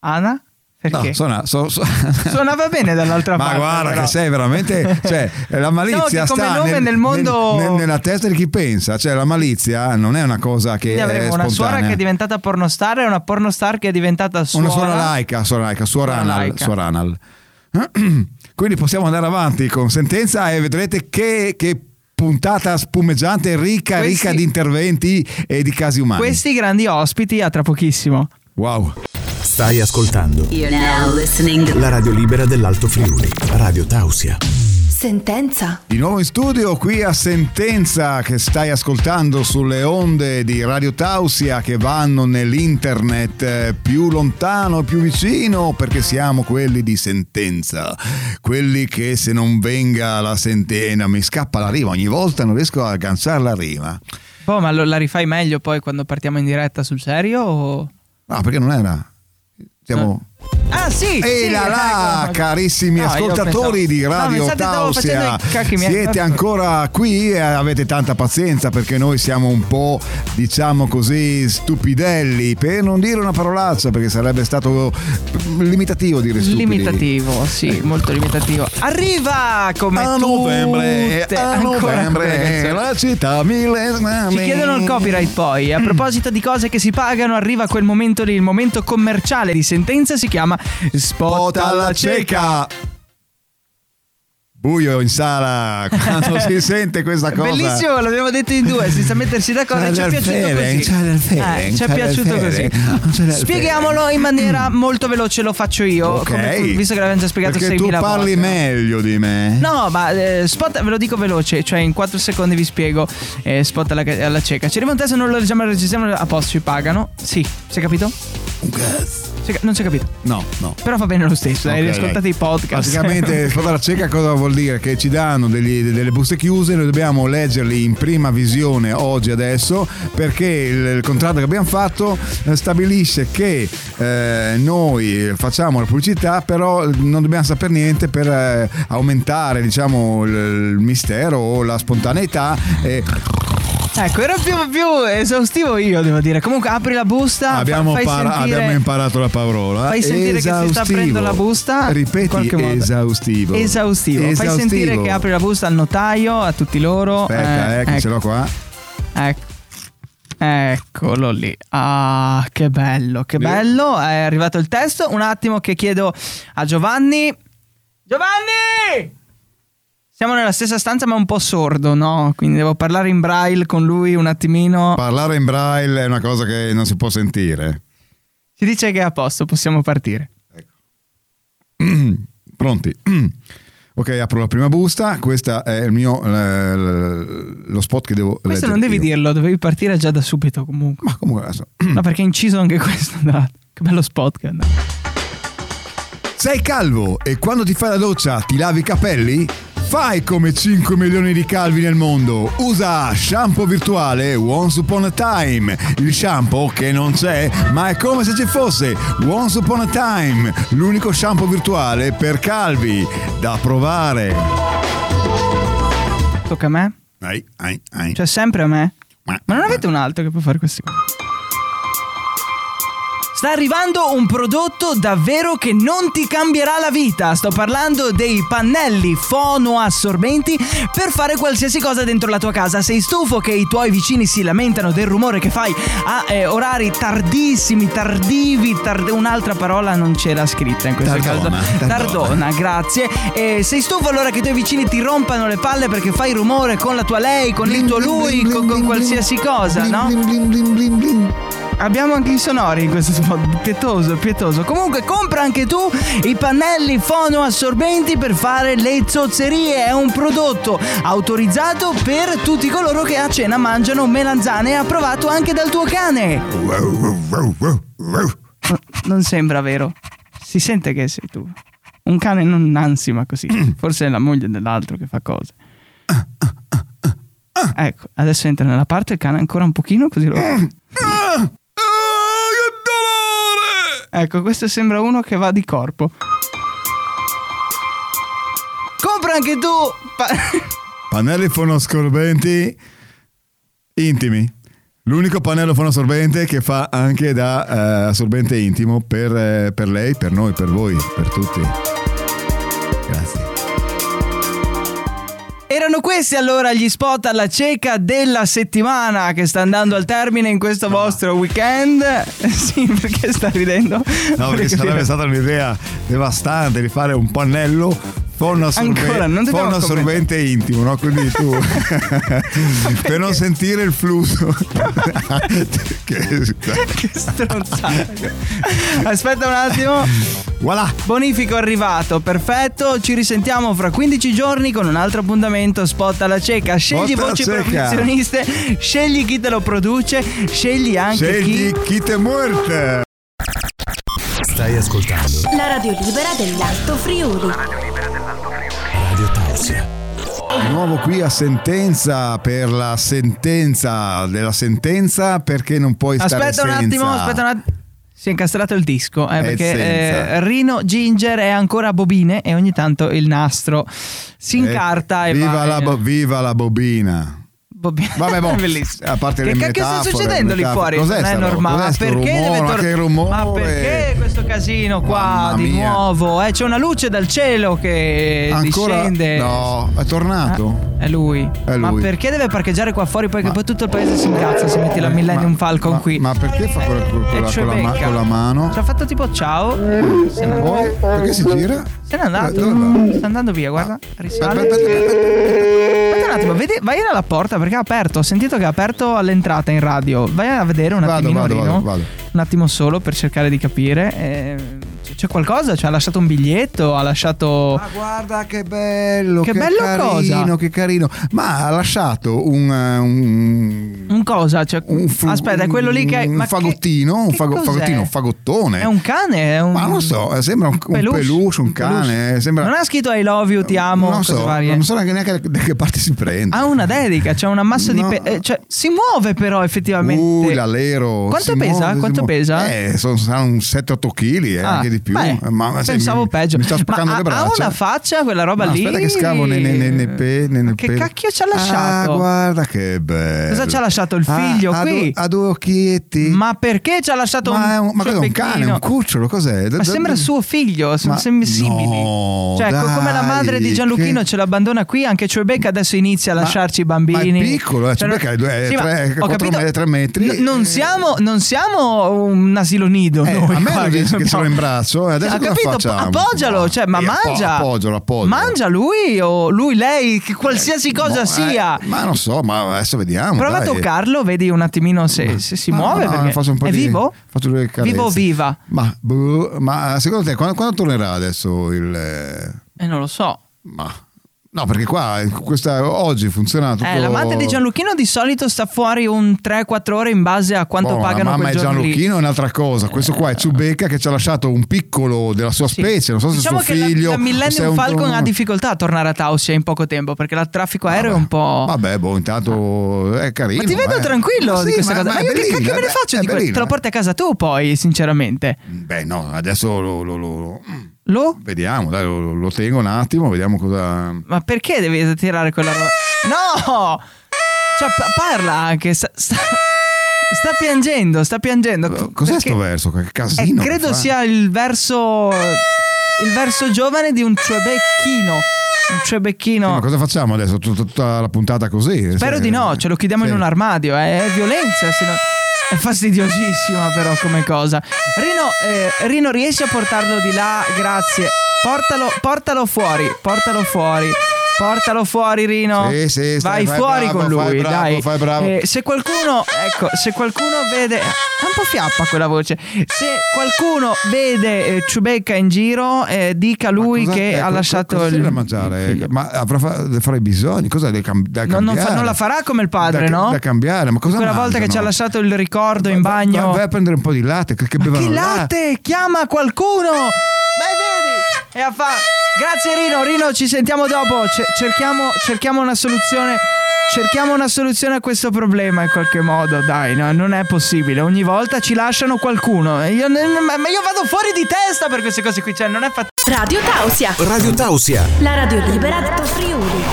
Speaker 3: Ana? Perché?
Speaker 2: No, suona, so- so-
Speaker 3: Suonava bene dall'altra
Speaker 2: Ma
Speaker 3: parte.
Speaker 2: guarda
Speaker 3: però.
Speaker 2: che sei veramente cioè, la
Speaker 3: No,
Speaker 2: malizia
Speaker 3: che come
Speaker 2: sta
Speaker 3: nome nel mondo-
Speaker 2: nel- nella testa di chi pensa, cioè la malizia non è una cosa che
Speaker 3: Quindi
Speaker 2: è
Speaker 3: avremo una suora
Speaker 2: eh, spontanea.
Speaker 3: che è diventata pornostar e una pornostar che è diventata suora.
Speaker 2: Una suora laica, suora laica,
Speaker 3: Suora
Speaker 2: suoranal,
Speaker 3: laica.
Speaker 2: suoranal. Quindi possiamo andare avanti con sentenza e vedrete che, che puntata spumeggiante, ricca,
Speaker 3: Questi-
Speaker 2: ricca di interventi e di casi umani.
Speaker 3: Questi grandi ospiti a tra pochissimo.
Speaker 2: Wow.
Speaker 4: Stai ascoltando
Speaker 5: You're now listening.
Speaker 4: la radio libera dell'Alto Friuli, Radio Tausia.
Speaker 5: Sentenza.
Speaker 2: Di nuovo in studio qui a Sentenza che stai ascoltando sulle onde di Radio Tausia che vanno nell'internet eh, più lontano, più vicino, perché siamo quelli di Sentenza, quelli che se non venga la sentenza mi scappa la rima, ogni volta non riesco a agganciare la rima.
Speaker 3: Boh, ma lo- la rifai meglio poi quando partiamo in diretta sul serio? o-
Speaker 2: Ah, perché non era? Siamo...
Speaker 3: Ah sì!
Speaker 2: E
Speaker 3: sì,
Speaker 2: là là,
Speaker 3: ecco.
Speaker 2: carissimi
Speaker 3: No, io
Speaker 2: ascoltatori
Speaker 3: pensavo-
Speaker 2: di Radio
Speaker 3: no, pensate, stavo facendo
Speaker 2: Tausia,
Speaker 3: i cacchi miei.
Speaker 2: siete ancora qui e avete tanta pazienza perché noi siamo un po', diciamo così, stupidelli, per non dire una parolaccia perché sarebbe stato limitativo dire stupidi.
Speaker 3: Limitativo, sì, molto limitativo. Arriva come
Speaker 2: A novembre,
Speaker 3: tutte-
Speaker 2: a
Speaker 3: ancora
Speaker 2: novembre,
Speaker 3: quella canzone.
Speaker 2: la città mille
Speaker 3: Ci chiedono il copyright poi. A proposito di cose che si pagano, arriva quel momento lì, il momento commerciale di sentenza si chiama Spot
Speaker 2: Pota
Speaker 3: alla
Speaker 2: alla
Speaker 3: cieca.
Speaker 2: cieca. Buio in sala quando si sente questa cosa.
Speaker 3: Bellissimo, l'abbiamo detto in due, senza mettersi d'accordo. Ci è piaciuto così. Eh, ci è piaciuto così. Spieghiamolo in maniera molto veloce, lo faccio io.
Speaker 2: Ok.
Speaker 3: come tu- visto che l'abbiamo già spiegato
Speaker 2: Perché
Speaker 3: 6.000
Speaker 2: tu parli
Speaker 3: volte.
Speaker 2: meglio di me.
Speaker 3: No, ma eh, spot, ve lo dico veloce, cioè in 4 secondi vi spiego. eh, spot alla, alla cieca. Ci arriva un testo, non lo leggiamo, lo registriamo a posto, ci pagano. Sì, si è capito? Si è ca- non si è capito.
Speaker 2: No, no.
Speaker 3: Però va bene lo stesso, dai,
Speaker 2: Ok,
Speaker 3: ascoltate
Speaker 2: dai.
Speaker 3: i podcast.
Speaker 2: Praticamente spada cieca cosa vuol dire? Che ci danno degli- de- delle buste chiuse, noi dobbiamo leggerli in prima visione oggi adesso perché il, il contratto che abbiamo fatto eh, stabilisce che eh, noi facciamo la pubblicità però non dobbiamo sapere niente per eh, aumentare diciamo il, il mistero o la spontaneità e
Speaker 3: Ecco, ero più, più esaustivo io, devo dire. Comunque apri la busta, Ah, fa-
Speaker 2: Ah, abbiamo,
Speaker 3: fai
Speaker 2: para-
Speaker 3: sentire...
Speaker 2: abbiamo imparato la parola.
Speaker 3: Fai sentire che si sta
Speaker 2: Esaustivo.
Speaker 3: aprendo la busta, in
Speaker 2: Ripeti
Speaker 3: qualche modo.
Speaker 2: esaustivo.
Speaker 3: Esaustivo. fai sentire
Speaker 2: Esaustivo.
Speaker 3: che apri la busta al notaio, a tutti loro.
Speaker 2: Aspetta, eh, che
Speaker 3: ecco.
Speaker 2: ce l'ho qua.
Speaker 3: Ecco. Eccolo lì. Ah, che bello, che bello. È arrivato il testo. Un attimo che chiedo a Giovanni. Giovanni! Siamo nella stessa stanza ma un po' sordo, no? Quindi devo parlare in braille con lui un attimino.
Speaker 2: Parlare in braille è una cosa che non si può sentire.
Speaker 3: Ci dice che è a posto, possiamo partire.
Speaker 2: Pronti? Ok, apro la prima busta. Questa è il mio. eh, l- lo spot che devo.
Speaker 3: Questo
Speaker 2: leggere
Speaker 3: non devi
Speaker 2: io.
Speaker 3: dirlo, dovevi partire già da subito comunque.
Speaker 2: Ma comunque adesso.
Speaker 3: No, perché è inciso anche questo. no. Che bello spot che è andato.
Speaker 2: Sei calvo e quando ti fai la doccia ti lavi i capelli? Fai come 5 milioni di calvi nel mondo. Usa shampoo virtuale Once Upon a Time. Il shampoo che non c'è, ma è come se ci fosse. Once Upon a Time, l'unico shampoo virtuale per calvi da provare.
Speaker 3: Tocca a me?
Speaker 2: Ai, ai, ai.
Speaker 3: Cioè sempre a me? Ma non avete un altro che può fare queste cose? Sta arrivando un prodotto davvero che non ti cambierà la vita. Sto parlando dei pannelli fonoassorbenti per fare qualsiasi cosa dentro la tua casa. Sei stufo che i tuoi vicini si lamentano del rumore che fai a eh, orari tardissimi, tardivi, tard- un'altra parola non c'era scritta in questo
Speaker 2: Tardona,
Speaker 3: caso.
Speaker 2: tardona.
Speaker 3: Tardona, grazie. E sei stufo allora che i tuoi vicini ti rompano le palle perché fai rumore con la tua lei, con il tuo lui, con, con qualsiasi cosa, no? Abbiamo anche i sonori in questo spot. Pietoso, pietoso. Comunque, compra anche tu i pannelli fonoassorbenti per fare le zozzerie. È un prodotto autorizzato per tutti coloro che a cena mangiano melanzane, approvato anche dal tuo cane. No, non sembra vero. Si sente che sei tu. Un cane non ansima così. Forse è la moglie dell'altro che fa cose. Ecco, adesso entra nella parte il cane ancora un pochino così lo...
Speaker 2: Ah,
Speaker 3: Ecco, questo sembra uno che va di corpo. Compra anche tu! Pa-
Speaker 2: Pannelli fonoassorbenti intimi. L'unico pannello fonoassorbente che fa anche da eh, assorbente intimo per, eh, per lei, per noi, per voi, per tutti. Grazie.
Speaker 3: Erano questi allora gli spot alla cieca della settimana che sta andando al termine in questo vostro weekend. sì, perché sta ridendo?
Speaker 2: No, perché sarebbe stata un'idea devastante di fare un pannello Forno
Speaker 3: Ancora,
Speaker 2: assorbente,
Speaker 3: non dobbiamo
Speaker 2: forno assorbente intimo, no? Quindi tu per non sentire il flusso. Che-
Speaker 3: che stronzata. Aspetta un attimo.
Speaker 2: voilà!
Speaker 3: Bonifico arrivato, perfetto. Ci risentiamo fra 15 giorni con un altro appuntamento. Spot alla cieca. Scegli
Speaker 2: Spot alla
Speaker 3: voci
Speaker 2: cieca.
Speaker 3: professioniste, scegli chi te lo produce, scegli anche
Speaker 2: Scegli
Speaker 3: chi.
Speaker 2: chi te muerte!
Speaker 4: Stai ascoltando
Speaker 5: La radio libera dell'Alto Friuli.
Speaker 4: Radio Tausia.
Speaker 2: Di nuovo qui a sentenza per la sentenza della sentenza perché non puoi
Speaker 3: Aspetta
Speaker 2: stare
Speaker 3: un
Speaker 2: senza.
Speaker 3: attimo, aspetta un attimo. Si è incastrato il disco, eh,
Speaker 2: Eh,
Speaker 3: perché
Speaker 2: senza.
Speaker 3: eh, Rino Ginger è ancora a bobine e ogni tanto il nastro si
Speaker 2: Eh,
Speaker 3: incarta e
Speaker 2: viva,
Speaker 3: va
Speaker 2: la bo- viva la bobina!
Speaker 3: Bobina.
Speaker 2: Vabbè, boh,
Speaker 3: Bellissimo.
Speaker 2: a parte
Speaker 3: che
Speaker 2: le
Speaker 3: cacchio sta
Speaker 2: metafore,
Speaker 3: succedendo lì
Speaker 2: metafore.
Speaker 3: fuori?
Speaker 2: Cos'è
Speaker 3: non
Speaker 2: sta
Speaker 3: è
Speaker 2: roba?
Speaker 3: normale.
Speaker 2: Cos'è
Speaker 3: Ma
Speaker 2: sto
Speaker 3: perché
Speaker 2: rumore?
Speaker 3: deve
Speaker 2: Ma
Speaker 3: tor-
Speaker 2: che rumore?
Speaker 3: Ma perché questo casino qua
Speaker 2: Mamma
Speaker 3: di
Speaker 2: mia.
Speaker 3: nuovo? Eh, c'è una luce dal cielo che
Speaker 2: Ancora?
Speaker 3: discende. Ah,
Speaker 2: No, è tornato.
Speaker 3: È lui.
Speaker 2: È
Speaker 3: Ma
Speaker 2: lui.
Speaker 3: perché deve parcheggiare qua fuori? Poi che poi tutto il paese si incazza se metti la Millennium
Speaker 2: Ma-
Speaker 3: Falcon
Speaker 2: ma-
Speaker 3: qui.
Speaker 2: Ma perché fa quella con,
Speaker 3: E
Speaker 2: la,
Speaker 3: cioè
Speaker 2: con la ma-
Speaker 3: becca.
Speaker 2: con la mano?
Speaker 3: Ci ha fatto tipo ciao. Se n'è andato.
Speaker 2: Poi, perché si gira?
Speaker 3: Se n'è andato.
Speaker 2: Eh, Dove va?
Speaker 3: Sta andando via, guarda. Risale.
Speaker 2: Aspetta, aspetta, aspetta.
Speaker 3: Aspetta un attimo, vedi- vai alla porta perché ha aperto. Ho sentito che ha aperto all'entrata in radio. Vai a vedere un
Speaker 2: Vado,
Speaker 3: attimino,
Speaker 2: vado,
Speaker 3: Rino.
Speaker 2: vado, vado.
Speaker 3: Un attimo solo per cercare di capire. Eh, c- c'è qualcosa? Cioè, ha lasciato un biglietto? Ha lasciato.
Speaker 2: Ma guarda che bello,
Speaker 3: Ah, Che
Speaker 2: che,
Speaker 3: bello
Speaker 2: carino,
Speaker 3: cosa?
Speaker 2: che carino. Ma ha lasciato un, eh, un,
Speaker 3: Un cosa? Cioè,
Speaker 2: un fu-
Speaker 3: aspetta, è quello lì che.
Speaker 2: un
Speaker 3: ma che-
Speaker 2: fagottino, un
Speaker 3: che
Speaker 2: fago-
Speaker 3: cos'è?
Speaker 2: fagottino, un fagottone.
Speaker 3: È un cane? È un,
Speaker 2: Ma non so, eh, sembra un- un peluche, un cane, eh, sembra-
Speaker 3: Non ha scritto I love you, ti amo.
Speaker 2: non
Speaker 3: cose
Speaker 2: so,
Speaker 3: varie. Ah,
Speaker 2: non so neanche neanche da che parte si prende.
Speaker 3: Ha una dedica, c'è un ammasso
Speaker 2: No.
Speaker 3: di. pe- eh, cioè, si muove però effettivamente.
Speaker 2: Uh, l'alero.
Speaker 3: Quanto
Speaker 2: si
Speaker 3: pesa?
Speaker 2: muove, si
Speaker 3: Quanto
Speaker 2: muove.
Speaker 3: pesa?
Speaker 2: Eh, sono, saranno un 7-8 kg, eh,
Speaker 3: Ah,
Speaker 2: anche di più.
Speaker 3: beh,
Speaker 2: Eh, ma- ma se
Speaker 3: pensavo
Speaker 2: mi-
Speaker 3: peggio.
Speaker 2: Mi sto spaccando
Speaker 3: Ma
Speaker 2: le
Speaker 3: ha-
Speaker 2: braccia.
Speaker 3: Ha una faccia quella roba
Speaker 2: No,
Speaker 3: lì.
Speaker 2: Aspetta che scavo nei, nei, nei, nei pe- nei-
Speaker 3: Ma
Speaker 2: nei
Speaker 3: che
Speaker 2: peli.
Speaker 3: cacchio ci ha lasciato?
Speaker 2: Ah, guarda che bello.
Speaker 3: Cosa ci ha lasciato il
Speaker 2: Ah,
Speaker 3: figlio
Speaker 2: ha
Speaker 3: qui?
Speaker 2: due- Ha due occhietti.
Speaker 3: Ma perché ci ha lasciato
Speaker 2: Ma è
Speaker 3: un,
Speaker 2: un, ma
Speaker 3: suo
Speaker 2: cos'è, un
Speaker 3: becchino?
Speaker 2: cane, un cucciolo, cos'è?
Speaker 3: Ma sembra suo figlio, sono
Speaker 2: Ma-
Speaker 3: sem- simili.
Speaker 2: no,
Speaker 3: cioè, co- come la
Speaker 2: dai,
Speaker 3: madre di Gianluchino
Speaker 2: che-
Speaker 3: ce l'abbandona qui, anche Ciubeca adesso inizia a
Speaker 2: Ma-
Speaker 3: lasciarci i
Speaker 2: ma
Speaker 3: bambini. Cioè,
Speaker 2: è piccolo, eh, Ciubeca è due-
Speaker 3: ma-
Speaker 2: tre-
Speaker 3: ho
Speaker 2: quattro
Speaker 3: capito.
Speaker 2: me- tre metri.
Speaker 3: N- non, siamo, non siamo un asilo nido.
Speaker 2: Eh,
Speaker 3: noi
Speaker 2: a me
Speaker 3: qua,
Speaker 2: lo dice
Speaker 3: no.
Speaker 2: che sono in braccio, eh, adesso
Speaker 3: Ho
Speaker 2: cosa
Speaker 3: capito,
Speaker 2: facciamo?
Speaker 3: appoggialo, cioè, ma
Speaker 2: Eh, appo-
Speaker 3: mangia.
Speaker 2: appoggialo, appoggialo.
Speaker 3: Mangia lui o lui, lei, che qualsiasi cosa
Speaker 2: Boh, eh,
Speaker 3: sia.
Speaker 2: ma non so, ma adesso vediamo.
Speaker 3: Prova
Speaker 2: dai.
Speaker 3: a toccarlo, vedi un attimino se, se si
Speaker 2: Ma
Speaker 3: muove.
Speaker 2: no,
Speaker 3: perché
Speaker 2: faccio un po'
Speaker 3: è
Speaker 2: di-
Speaker 3: vivo?
Speaker 2: faccio due carezze.
Speaker 3: Vivo o viva?
Speaker 2: Ma, boh, ma secondo te quando, quando tornerà adesso il... eh,
Speaker 3: Eh, non lo so.
Speaker 2: Ma, no, perché qua eh, questa, oggi funziona tutto...
Speaker 3: Eh, l'amante di Gianluchino di solito sta fuori un 3-4 ore in base a quanto
Speaker 2: Boh,
Speaker 3: pagano
Speaker 2: ma, ma
Speaker 3: quel
Speaker 2: è
Speaker 3: giorno lì. Eh.
Speaker 2: Gianluchino è un'altra cosa. Questo qua è Ciubecca che ci ha lasciato un piccolo della sua
Speaker 3: Sì.
Speaker 2: specie. Non so se
Speaker 3: diciamo
Speaker 2: suo
Speaker 3: che la-
Speaker 2: figlio.
Speaker 3: la,
Speaker 2: se è
Speaker 3: Millennium
Speaker 2: un-
Speaker 3: Falcon ha difficoltà a tornare a Tausia in poco tempo perché il traffico aereo è un po'.
Speaker 2: Vabbè, boh, intanto è carino.
Speaker 3: Ma ti vedo
Speaker 2: eh.
Speaker 3: tranquillo
Speaker 2: Ma sì,
Speaker 3: di questa
Speaker 2: ma-
Speaker 3: cosa. Ma,
Speaker 2: ma è
Speaker 3: io che
Speaker 2: bellino,
Speaker 3: cacchio me ne
Speaker 2: eh,
Speaker 3: faccio
Speaker 2: è
Speaker 3: di questo?
Speaker 2: bellino,
Speaker 3: Te lo
Speaker 2: eh.
Speaker 3: porti a casa tu poi, sinceramente.
Speaker 2: Beh, no, adesso lo, lo- lo- lo-
Speaker 3: Lo?
Speaker 2: vediamo, dai, lo, lo tengo un attimo, vediamo cosa.
Speaker 3: Ma perché devi tirare quella roba? No! Cioè, pa- parla anche. Sta, sta- sta piangendo, sta piangendo.
Speaker 2: Cos'è
Speaker 3: Perché-
Speaker 2: sto verso? Che
Speaker 3: Eh,
Speaker 2: casino. che
Speaker 3: credo
Speaker 2: fa.
Speaker 3: sia il verso. Il verso giovane di un cebecchino. Un
Speaker 2: Sì, Eh, Ma
Speaker 3: cebecchino.
Speaker 2: cosa facciamo adesso? Tut- Tutta la puntata così?
Speaker 3: Spero
Speaker 2: Cioè,
Speaker 3: di no, ce lo chiudiamo
Speaker 2: sì.
Speaker 3: in un armadio. eh, È violenza. se no- È fastidiosissima, però, come cosa. Rino, eh, Rino, riesci a portarlo di là? Grazie. Portalo, portalo fuori. Portalo fuori. Portalo fuori, Rino.
Speaker 2: Sì, sì, stai-
Speaker 3: Vai
Speaker 2: fai
Speaker 3: fuori
Speaker 2: bravo,
Speaker 3: con lui.
Speaker 2: fai bravo,
Speaker 3: dai.
Speaker 2: fai bravo.
Speaker 3: Eh, se qualcuno, ecco, se qualcuno vede. È un po' fiappa quella voce. Se qualcuno vede eh, Ciubecca in giro, eh, dica a
Speaker 2: Ma
Speaker 3: lui
Speaker 2: cosa-
Speaker 3: che
Speaker 2: eh,
Speaker 3: ha
Speaker 2: co-
Speaker 3: lasciato
Speaker 2: cosa
Speaker 3: il.
Speaker 2: c'è da mangiare?
Speaker 3: il figlio.
Speaker 2: ma avrà fa- da fare bisogni? Cosa da, cam- da
Speaker 3: No,
Speaker 2: cambiare?
Speaker 3: non fa- non la farà come il padre,
Speaker 2: Da-
Speaker 3: no?
Speaker 2: Da cambiare, ma cosa
Speaker 3: Quella volta che
Speaker 2: mangiano?
Speaker 3: ci ha lasciato il ricordo in
Speaker 2: Va- va-
Speaker 3: bagno.
Speaker 2: Vai, a prendere un po' di latte, che, che
Speaker 3: Ma
Speaker 2: bevono
Speaker 3: che
Speaker 2: là.
Speaker 3: latte! Chiama qualcuno!
Speaker 2: Ah!
Speaker 3: Beh, vedi! E a fa. Grazie Rino, Rino, ci sentiamo dopo. Ce- cerchiamo, cerchiamo una soluzione. cerchiamo una soluzione a questo problema in qualche modo, dai, no, non è possibile. Ogni volta ci lasciano qualcuno. Io- ma io vado fuori di testa per queste cose qui, cioè non è fattibile.
Speaker 5: Radio Tausia.
Speaker 4: Radio Tausia,
Speaker 5: La radio libera Alto Friuli.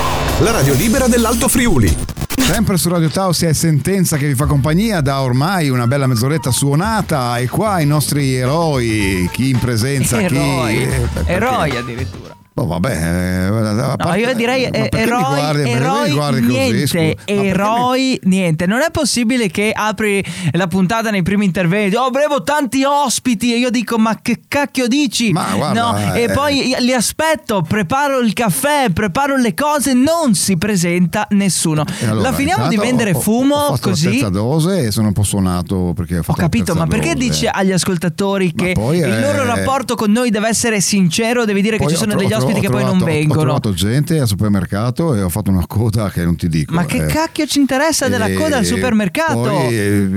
Speaker 4: la radio libera dell'Alto Friuli.
Speaker 2: Sempre su Radio Tausia è Sentenza che vi fa compagnia da ormai una bella mezz'oretta suonata e qua i nostri eroi, chi in presenza,
Speaker 3: Eroi.
Speaker 2: chi... eh, perché-
Speaker 3: Eroi addirittura.
Speaker 2: Oh, vabbè, eh, a
Speaker 3: No,
Speaker 2: parte-
Speaker 3: io direi
Speaker 2: ma
Speaker 3: eh,
Speaker 2: perché mi
Speaker 3: eroi,
Speaker 2: guardi- ma perché mi
Speaker 3: eroi,
Speaker 2: guardi così, scusa?
Speaker 3: niente,
Speaker 2: Ma perché mi-
Speaker 3: eroi, niente. Non è possibile che apri la puntata nei primi interventi. Oh, avremo tanti ospiti e io dico "Ma che cacchio dici?"
Speaker 2: Ma guarda,
Speaker 3: no, e
Speaker 2: eh.
Speaker 3: poi io li aspetto, preparo il caffè, preparo le cose, non si presenta nessuno.
Speaker 2: E allora,
Speaker 3: la finiamo di
Speaker 2: intanto
Speaker 3: vendere
Speaker 2: ho- ho-
Speaker 3: fumo
Speaker 2: ho fatto
Speaker 3: così.
Speaker 2: la terza dose e sono un po' suonato perché ho
Speaker 3: Ho
Speaker 2: fatto la
Speaker 3: capito,
Speaker 2: terza
Speaker 3: ma perché
Speaker 2: dose.
Speaker 3: dici ah, agli ascoltatori
Speaker 2: Ma
Speaker 3: che
Speaker 2: poi,
Speaker 3: il
Speaker 2: eh,
Speaker 3: loro rapporto con noi deve essere sincero? Devi dire
Speaker 2: Poi
Speaker 3: che
Speaker 2: ho
Speaker 3: ci sono
Speaker 2: tro-
Speaker 3: degli
Speaker 2: ho tro-
Speaker 3: ospiti
Speaker 2: ho
Speaker 3: che poi non
Speaker 2: trovato- Ho
Speaker 3: vengono.
Speaker 2: trovato gente al supermercato e ho fatto una coda che non ti dico.
Speaker 3: Ma che
Speaker 2: eh.
Speaker 3: cacchio ci interessa della
Speaker 2: E
Speaker 3: coda al supermercato?
Speaker 2: Poi, eh,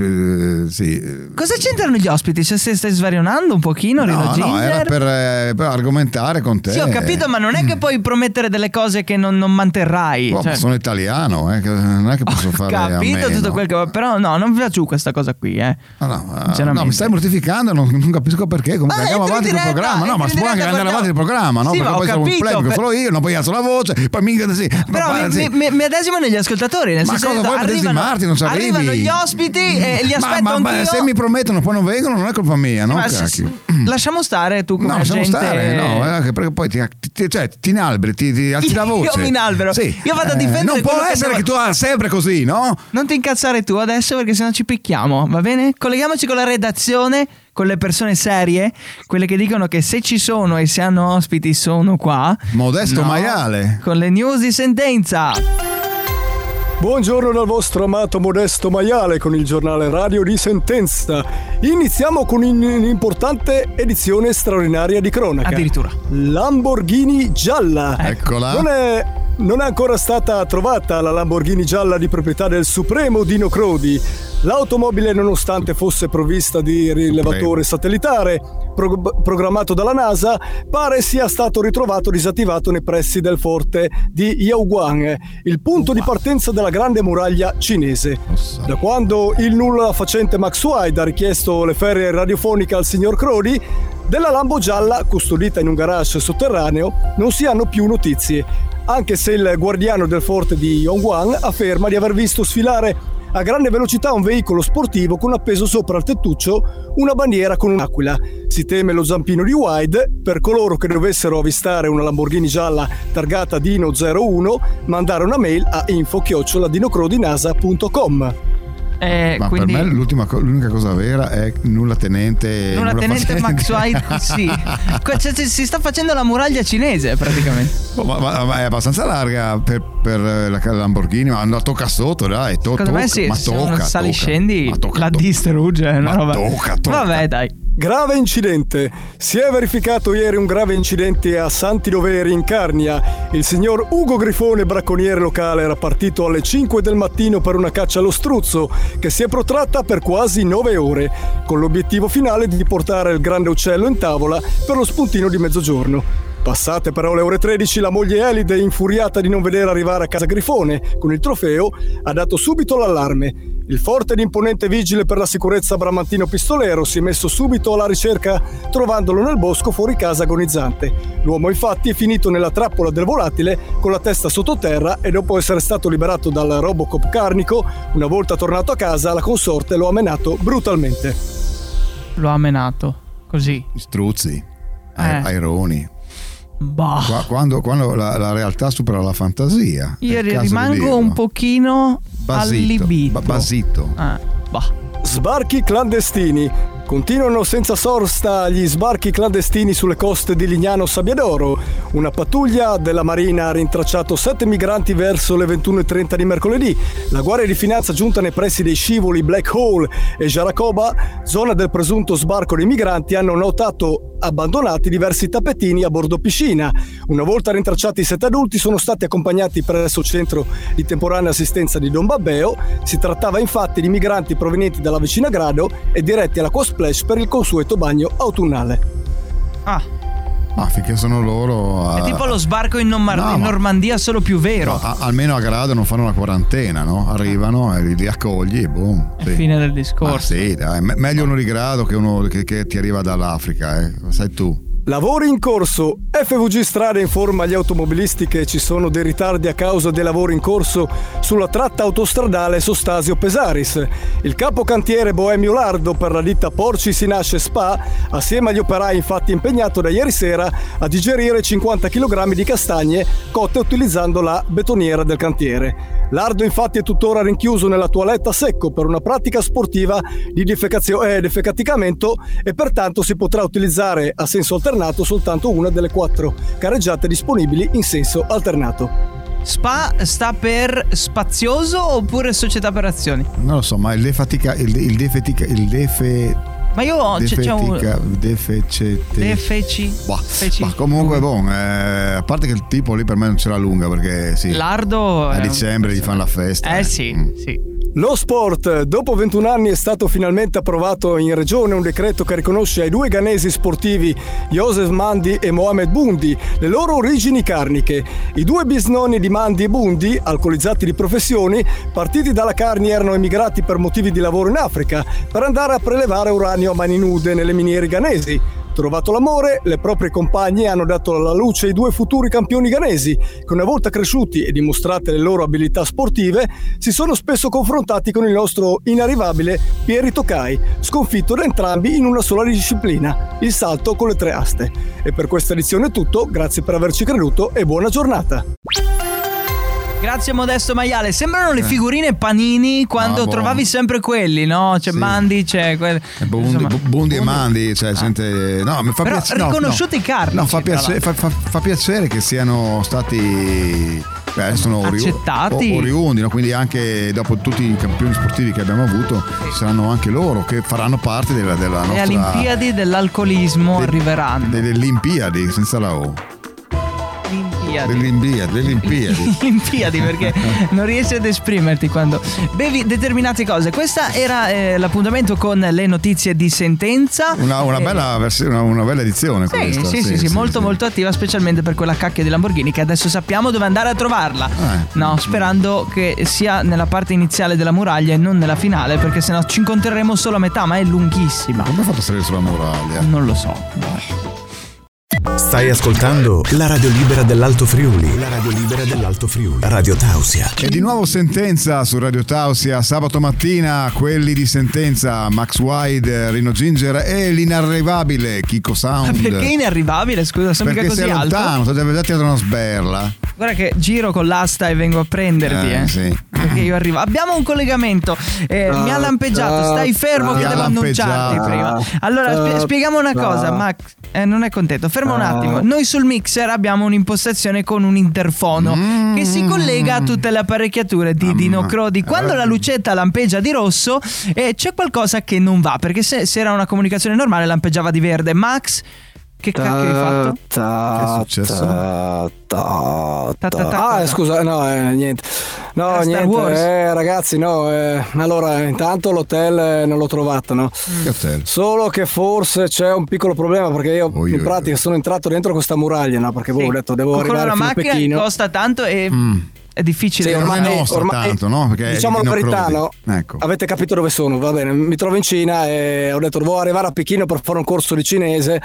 Speaker 2: eh, sì. eh,
Speaker 3: Cosa c'entrano gli ospiti? Cioè, se stai svarionando un pochino, Rino
Speaker 2: No, no,
Speaker 3: Ginger?
Speaker 2: era per, eh, per argomentare con te. Mm.
Speaker 3: Sì, ho capito, ma non è che puoi promettere delle cose che non, non manterrai.
Speaker 2: Oh, ma
Speaker 3: cioè,
Speaker 2: sono italiano, eh, che non è che posso
Speaker 3: ho
Speaker 2: fare a
Speaker 3: capito
Speaker 2: meno.
Speaker 3: tutto quel che. Però, no, non vi faccio questa cosa qui, eh.
Speaker 2: Ah, no, ah,
Speaker 3: Sinceramente.
Speaker 2: no, mi stai mortificando, non, non capisco perché. Comunque
Speaker 3: Ma
Speaker 2: andiamo
Speaker 3: entri
Speaker 2: avanti
Speaker 3: in
Speaker 2: col
Speaker 3: diretta,
Speaker 2: programma. No,
Speaker 3: entri
Speaker 2: ma
Speaker 3: in
Speaker 2: si può anche
Speaker 3: diretta,
Speaker 2: andare avanti
Speaker 3: guardiamo.
Speaker 2: col programma, no?
Speaker 3: Sì,
Speaker 2: perché
Speaker 3: ma ho
Speaker 2: poi sono un
Speaker 3: capito,
Speaker 2: plebico
Speaker 3: per-
Speaker 2: solo io, no, poi alzo la voce, poi mica sì.
Speaker 3: Però
Speaker 2: ma,
Speaker 3: mi,
Speaker 2: sì.
Speaker 3: mi- mi- mi adesimo negli ascoltatori. Nel
Speaker 2: Ma
Speaker 3: senso
Speaker 2: cosa
Speaker 3: che
Speaker 2: vuoi
Speaker 3: arrivano,
Speaker 2: medesimarti? Non ci arrivi.
Speaker 3: arrivano gli ospiti e li aspetto
Speaker 2: ma, ma- ma
Speaker 3: anch'io.
Speaker 2: se mi promettono poi non vengono, non è colpa mia, no?
Speaker 3: Ma se-
Speaker 2: Cacchio.
Speaker 3: lasciamo stare tu come
Speaker 2: No, lasciamo
Speaker 3: gente-
Speaker 2: stare, no, eh, che- perché poi ti, ti, cioè, ti inalberi, ti, ti alzi la
Speaker 3: Io
Speaker 2: voce.
Speaker 3: mi inalbero.
Speaker 2: Sì.
Speaker 3: Io vado a
Speaker 2: Eh,
Speaker 3: difendere
Speaker 2: Non può
Speaker 3: quello che
Speaker 2: essere
Speaker 3: devo-
Speaker 2: che tu ah, sempre così, no?
Speaker 3: Non ti incazzare tu adesso perché sennò ci picchiamo, va bene? Colleghiamoci con la redazione, con le persone serie, quelle che dicono che se ci sono e se hanno ospiti sono qua.
Speaker 2: Modesto
Speaker 3: No.
Speaker 2: maiale.
Speaker 3: Con le news di sentenza.
Speaker 6: Buongiorno dal vostro amato Modesto Maiale con il giornale Radio di Sentenza. Iniziamo con un- un'importante edizione straordinaria di cronaca.
Speaker 3: Addirittura.
Speaker 6: Lamborghini gialla.
Speaker 2: Eccola.
Speaker 6: Non è, non è ancora stata trovata la Lamborghini gialla di proprietà del supremo Dino Crodi. L'automobile, nonostante fosse provvista di rilevatore satellitare pro- programmato dalla NASA, pare sia stato ritrovato disattivato nei pressi del forte di Yaoguang, il punto di partenza della grande muraglia cinese. Da quando il nulla facente Max Wide ha richiesto le ferie radiofoniche al signor Crodi, della Lambo gialla, custodita in un garage sotterraneo, non si hanno più notizie, anche se il guardiano del forte di Yongguang afferma di aver visto sfilare a grande velocità un veicolo sportivo con appeso sopra al tettuccio una bandiera con un'aquila. Si teme lo zampino di Wide, per coloro che dovessero avvistare una Lamborghini gialla targata Dino01, mandare una mail a info-dinocrodinasa.com.
Speaker 3: Eh,
Speaker 2: Ma
Speaker 3: quindi
Speaker 2: per me l'ultima co- l'unica cosa vera è nulla tenente.
Speaker 3: non la tenente
Speaker 2: facente.
Speaker 3: Max White, sì. Qua- cioè, si- si sta facendo la muraglia cinese praticamente.
Speaker 2: Oh, ma, ma- ma è abbastanza larga per, per eh, la Lamborghini, ma no, tocca sotto, dai. To,
Speaker 3: Secondo
Speaker 2: tocca,
Speaker 3: me sì,
Speaker 2: ma
Speaker 3: se
Speaker 2: tocca,
Speaker 3: uno sali
Speaker 2: tocca.
Speaker 3: scendi
Speaker 2: Ma tocca,
Speaker 3: la
Speaker 2: tocca.
Speaker 3: distrugge, è una
Speaker 2: Ma
Speaker 3: roba.
Speaker 2: tocca, tocca.
Speaker 3: Vabbè, dai.
Speaker 6: Grave incidente. Si è verificato ieri un grave incidente a Santinoveri in Carnia. Il signor Ugo Grifone, bracconiere locale, era partito alle 5 del mattino per una caccia allo struzzo che si è protratta per quasi 9 ore, con l'obiettivo finale di portare il grande uccello in tavola per lo spuntino di mezzogiorno. Passate però le ore 13, la moglie Elide, infuriata di non vedere arrivare a casa Grifone con il trofeo, ha dato subito l'allarme. Il forte ed imponente vigile per la sicurezza Bramantino Pistolero si è messo subito alla ricerca, trovandolo nel bosco fuori casa agonizzante. L'uomo infatti è finito nella trappola del volatile con la testa sottoterra e dopo essere stato liberato dal Robocop carnico, una volta tornato a casa la consorte lo ha menato brutalmente.
Speaker 3: Lo ha menato così.
Speaker 2: Struzzi, ai-
Speaker 3: Eh.
Speaker 2: aironi.
Speaker 3: Bah.
Speaker 2: Qua- quando quando la, la realtà supera la fantasia. è
Speaker 3: Io
Speaker 2: il caso di
Speaker 3: rimango
Speaker 2: dirlo.
Speaker 3: un pochino
Speaker 2: basito.
Speaker 3: allibito.
Speaker 2: ba- basito.
Speaker 3: Ah, bah.
Speaker 6: Sbarchi clandestini. Continuano senza sosta gli sbarchi clandestini sulle coste di Lignano Sabbiadoro. Una pattuglia della Marina ha rintracciato sette migranti verso le 21.30 di mercoledì. La Guardia di Finanza giunta nei pressi dei scivoli Black Hole e Jaracoba, zona del presunto sbarco dei migranti, hanno notato abbandonati diversi tappetini a bordo piscina. Una volta rintracciati i sette adulti sono stati accompagnati presso il centro di temporanea assistenza di Don Babbeo. Si trattava infatti di migranti provenienti dalla vicina Grado e diretti all'acqua splash per il consueto bagno autunnale.
Speaker 3: Ah.
Speaker 2: Ma finché sono loro.
Speaker 3: È
Speaker 2: a-
Speaker 3: tipo lo sbarco in, Nomar-
Speaker 2: Ah. No,
Speaker 3: in
Speaker 2: ma-
Speaker 3: Normandia, solo più vero.
Speaker 2: a- almeno a Grado non fanno la quarantena, no? Arrivano, e li, li accogli e boom.
Speaker 3: È
Speaker 2: sì.
Speaker 3: fine del
Speaker 2: Ma
Speaker 3: discorso.
Speaker 2: Ah, sì, dai, me- meglio uno di grado che uno che, che ti arriva dall'Africa, eh. Lo sai tu.
Speaker 6: Lavori in corso. FVG Strade informa gli automobilisti che ci sono dei ritardi a causa dei lavori in corso sulla tratta autostradale Sostasio Pesaris. Il capocantiere Boemio Lardo per la ditta Porci Sinasce Spa, assieme agli operai infatti impegnato da ieri sera a digerire 50 kg di castagne cotte utilizzando la betoniera del cantiere. Lardo infatti è tuttora rinchiuso nella toaletta a secco per una pratica sportiva di defecazio- eh, defecaticamento e pertanto si potrà utilizzare a senso alternato soltanto una delle quattro careggiate disponibili in senso alternato.
Speaker 3: Ah. Spa sta per spazioso oppure società per azioni?
Speaker 2: Non lo so, ma il defatica. Il, il defetica. Il defe.
Speaker 3: Ma io ho. c'è- C'è
Speaker 2: defetica.
Speaker 3: un.
Speaker 2: Defecete.
Speaker 3: Defeci.
Speaker 2: Bah,
Speaker 3: Feci.
Speaker 2: ma comunque, bon, eh, a parte che il tipo lì per me non ce l'ha lunga perché sì,
Speaker 3: Lardo.
Speaker 2: a
Speaker 3: è un-
Speaker 2: dicembre gli fanno la festa.
Speaker 3: Eh sì,
Speaker 2: Mm.
Speaker 3: sì.
Speaker 6: Lo sport, dopo 21 anni è stato finalmente approvato in regione un decreto che riconosce ai due ghanesi sportivi Joseph Mandi e Mohamed Bundi le loro origini carniche. I due bisnonni di Mandi e Bundi, alcolizzati di professioni, partiti dalla Carni erano emigrati per motivi di lavoro in Africa per andare a prelevare uranio a mani nude nelle miniere ghanesi. Trovato l'amore, le proprie compagne hanno dato alla luce i due futuri campioni ghanesi, che una volta cresciuti e dimostrate le loro abilità sportive, si sono spesso confrontati con il nostro inarrivabile Pieri Tokai, sconfitto da entrambi in una sola disciplina, il salto con le tre aste. E per questa edizione è tutto, grazie per averci creduto e buona giornata!
Speaker 3: Grazie Modesto Maiale. Sembrano
Speaker 2: Eh.
Speaker 3: le figurine panini quando
Speaker 2: Ah, boh.
Speaker 3: trovavi sempre quelli, no? C'è
Speaker 2: Sì. Eh,
Speaker 3: Mandi, c'è quel-
Speaker 2: E Bundi,
Speaker 3: Insomma, Ah.
Speaker 2: Bu- Bundi e Mandi, cioè, gente, no, mi fa
Speaker 3: Però
Speaker 2: piacere. no,
Speaker 3: riconosciuti
Speaker 2: no.
Speaker 3: carnici,
Speaker 2: No, fa
Speaker 3: tra
Speaker 2: piacere, fa, fa- fa piacere che siano stati. beh, sono ori-
Speaker 3: Accettati.
Speaker 2: o- oriundi, no? quindi anche dopo tutti i campioni sportivi che abbiamo avuto, ci saranno anche loro che faranno parte della, della
Speaker 3: le
Speaker 2: nostra.
Speaker 3: Olimpiadi dell'alcolismo
Speaker 2: de-
Speaker 3: arriveranno.
Speaker 2: Delle Olimpiadi, senza la O.
Speaker 3: Olimpiadi.
Speaker 2: Delle Olimpiadi, delle Olimpiadi.
Speaker 3: Olimpiadi perché non riesci ad esprimerti quando bevi determinate cose. Questo era eh, l'appuntamento con le notizie di sentenza.
Speaker 2: Una, una
Speaker 3: Eh,
Speaker 2: bella versione, una, una bella edizione
Speaker 3: Sì,
Speaker 2: questa.
Speaker 3: sì, sì, sì, molto molto attiva, specialmente per quella cacchia di Lamborghini che adesso sappiamo dove andare a trovarla.
Speaker 2: Eh.
Speaker 3: No, sperando che sia nella parte iniziale della muraglia e non nella finale, perché sennò ci incontreremo solo a metà, ma è lunghissima.
Speaker 2: Come ha fatto a salire sulla muraglia?
Speaker 3: Non lo so.
Speaker 4: Stai ascoltando la radio libera dell'Alto Friuli. La radio libera dell'Alto Friuli. Radio Tausia.
Speaker 2: E di nuovo sentenza su Radio Tausia, sabato mattina quelli di sentenza, Max Wide, Rino Ginger e l'inarrivabile Kiko
Speaker 3: Ma
Speaker 2: Sound.
Speaker 3: Perché inarrivabile? Scusa, sono mica
Speaker 2: Ah, Perché
Speaker 3: così
Speaker 2: sei
Speaker 3: alto.
Speaker 2: lontano, state andati a una sberla.
Speaker 3: Guarda che giro con l'asta e vengo a prenderti, eh.
Speaker 2: Eh, sì.
Speaker 3: Perché io arrivo. Abbiamo un collegamento. Eh, mi ha lampeggiato, stai fermo
Speaker 2: Ah, Mi
Speaker 3: che
Speaker 2: ha
Speaker 3: devo
Speaker 2: lampeggiato. Ah,
Speaker 3: annunciarti prima. Allora, spie- spieghiamo una cosa, Max. eh, non è contento, fermo un attimo. Noi sul mixer abbiamo un'impostazione con un interfono
Speaker 2: Mm.
Speaker 3: che si collega a tutte le apparecchiature di Dino Crodi. Quando
Speaker 2: Eh.
Speaker 3: la lucetta lampeggia di rosso, eh, c'è qualcosa che non va. Perché se, se era una comunicazione normale, lampeggiava di verde. Max, che
Speaker 2: Eh,
Speaker 3: cacchio hai fatto?
Speaker 2: Che è successo?
Speaker 6: Ta, ta,
Speaker 3: Ta, ta, ta,
Speaker 6: ah,
Speaker 3: ta.
Speaker 6: scusa, no, eh, niente. No,
Speaker 3: Era Star
Speaker 6: niente,
Speaker 3: Wars.
Speaker 6: eh, ragazzi, no. eh, allora, intanto l'hotel eh, non l'ho trovato, no?
Speaker 2: Che hotel?
Speaker 6: Solo che forse c'è un piccolo problema perché io
Speaker 2: Oi,
Speaker 6: in
Speaker 2: oi,
Speaker 6: pratica
Speaker 2: oi.
Speaker 6: sono entrato dentro questa muraglia, no? Perché avevo
Speaker 3: Sì.
Speaker 6: detto devo
Speaker 3: Con
Speaker 6: arrivare
Speaker 3: una
Speaker 6: fino a
Speaker 3: macchina che
Speaker 6: Pechino.
Speaker 3: costa tanto e
Speaker 2: Mm.
Speaker 3: è difficile.
Speaker 6: Sì,
Speaker 2: Non
Speaker 6: ormai-
Speaker 2: è nostro
Speaker 6: ormai-
Speaker 2: tanto, no? Perché è
Speaker 6: diciamo la
Speaker 2: Dino
Speaker 6: verità,
Speaker 2: Crodi.
Speaker 6: no?
Speaker 2: Ecco.
Speaker 6: Avete capito dove sono, va bene. Mi trovo in Cina e ho detto devo arrivare a Pechino per fare un corso di cinese.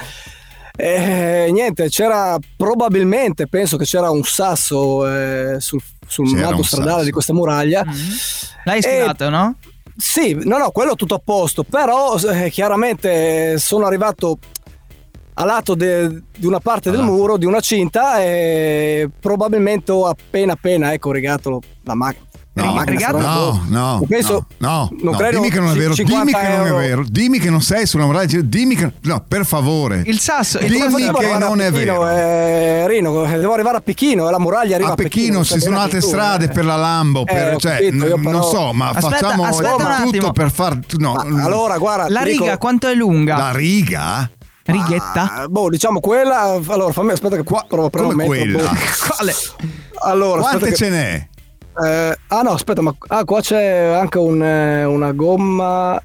Speaker 6: E niente, c'era probabilmente, penso che c'era un sasso eh, sul, sul
Speaker 2: C'era
Speaker 6: lato
Speaker 2: un
Speaker 6: stradale
Speaker 2: sasso.
Speaker 6: di questa muraglia.
Speaker 3: L'hai
Speaker 6: Eh,
Speaker 3: ispirato, no?
Speaker 6: Sì, no, no, quello tutto a posto, però eh, chiaramente eh, sono arrivato a lato de- di una parte
Speaker 2: Ah.
Speaker 6: del muro, di una cinta e probabilmente ho appena appena, ecco, rigato la macchina.
Speaker 2: No,
Speaker 3: Regato?
Speaker 2: no, no,
Speaker 6: Io penso-
Speaker 2: no, no,
Speaker 6: non
Speaker 2: no.
Speaker 6: credo
Speaker 2: dimmi che non è
Speaker 6: ci-
Speaker 2: vero, dimmi
Speaker 6: 50
Speaker 2: che non è
Speaker 6: euro.
Speaker 2: vero, dimmi che non sei sulla muraglia, dimmi che no, per favore.
Speaker 3: Il sasso. il
Speaker 2: Dimmi
Speaker 3: sasso-
Speaker 6: Devo
Speaker 2: che
Speaker 6: arrivare a
Speaker 2: non è
Speaker 6: Pechino,
Speaker 2: vero.
Speaker 6: eh, Rino, eh, devo arrivare a Pechino, eh, la muraglia arriva
Speaker 2: a
Speaker 6: a Pechino.
Speaker 2: Pechino ci
Speaker 6: cioè,
Speaker 2: sono
Speaker 6: bene
Speaker 2: altre
Speaker 6: che tu,
Speaker 2: strade
Speaker 6: eh.
Speaker 2: per la Lambo,
Speaker 6: Eh,
Speaker 2: per-
Speaker 6: ho
Speaker 2: cioè,
Speaker 6: capito, io
Speaker 2: n-
Speaker 6: però-
Speaker 2: non so, ma
Speaker 3: Aspetta,
Speaker 2: facciamo
Speaker 3: aspetta un attimo.
Speaker 2: tutto per far no,
Speaker 6: Ma allora, guarda,
Speaker 3: La
Speaker 6: ti dico-
Speaker 3: riga quanto è lunga?
Speaker 2: la riga?
Speaker 3: Righetta?
Speaker 6: Ah, boh, diciamo quella. Allora, fammi aspetta che qua provo a prendere
Speaker 2: come
Speaker 6: un metro,
Speaker 2: quella?
Speaker 6: boh.
Speaker 3: Quale?
Speaker 6: Allora, aspetta
Speaker 2: Quante
Speaker 6: che-
Speaker 2: ce n'è?
Speaker 6: Eh, ah no, aspetta, ma ah, qua c'è anche un, eh, una gomma.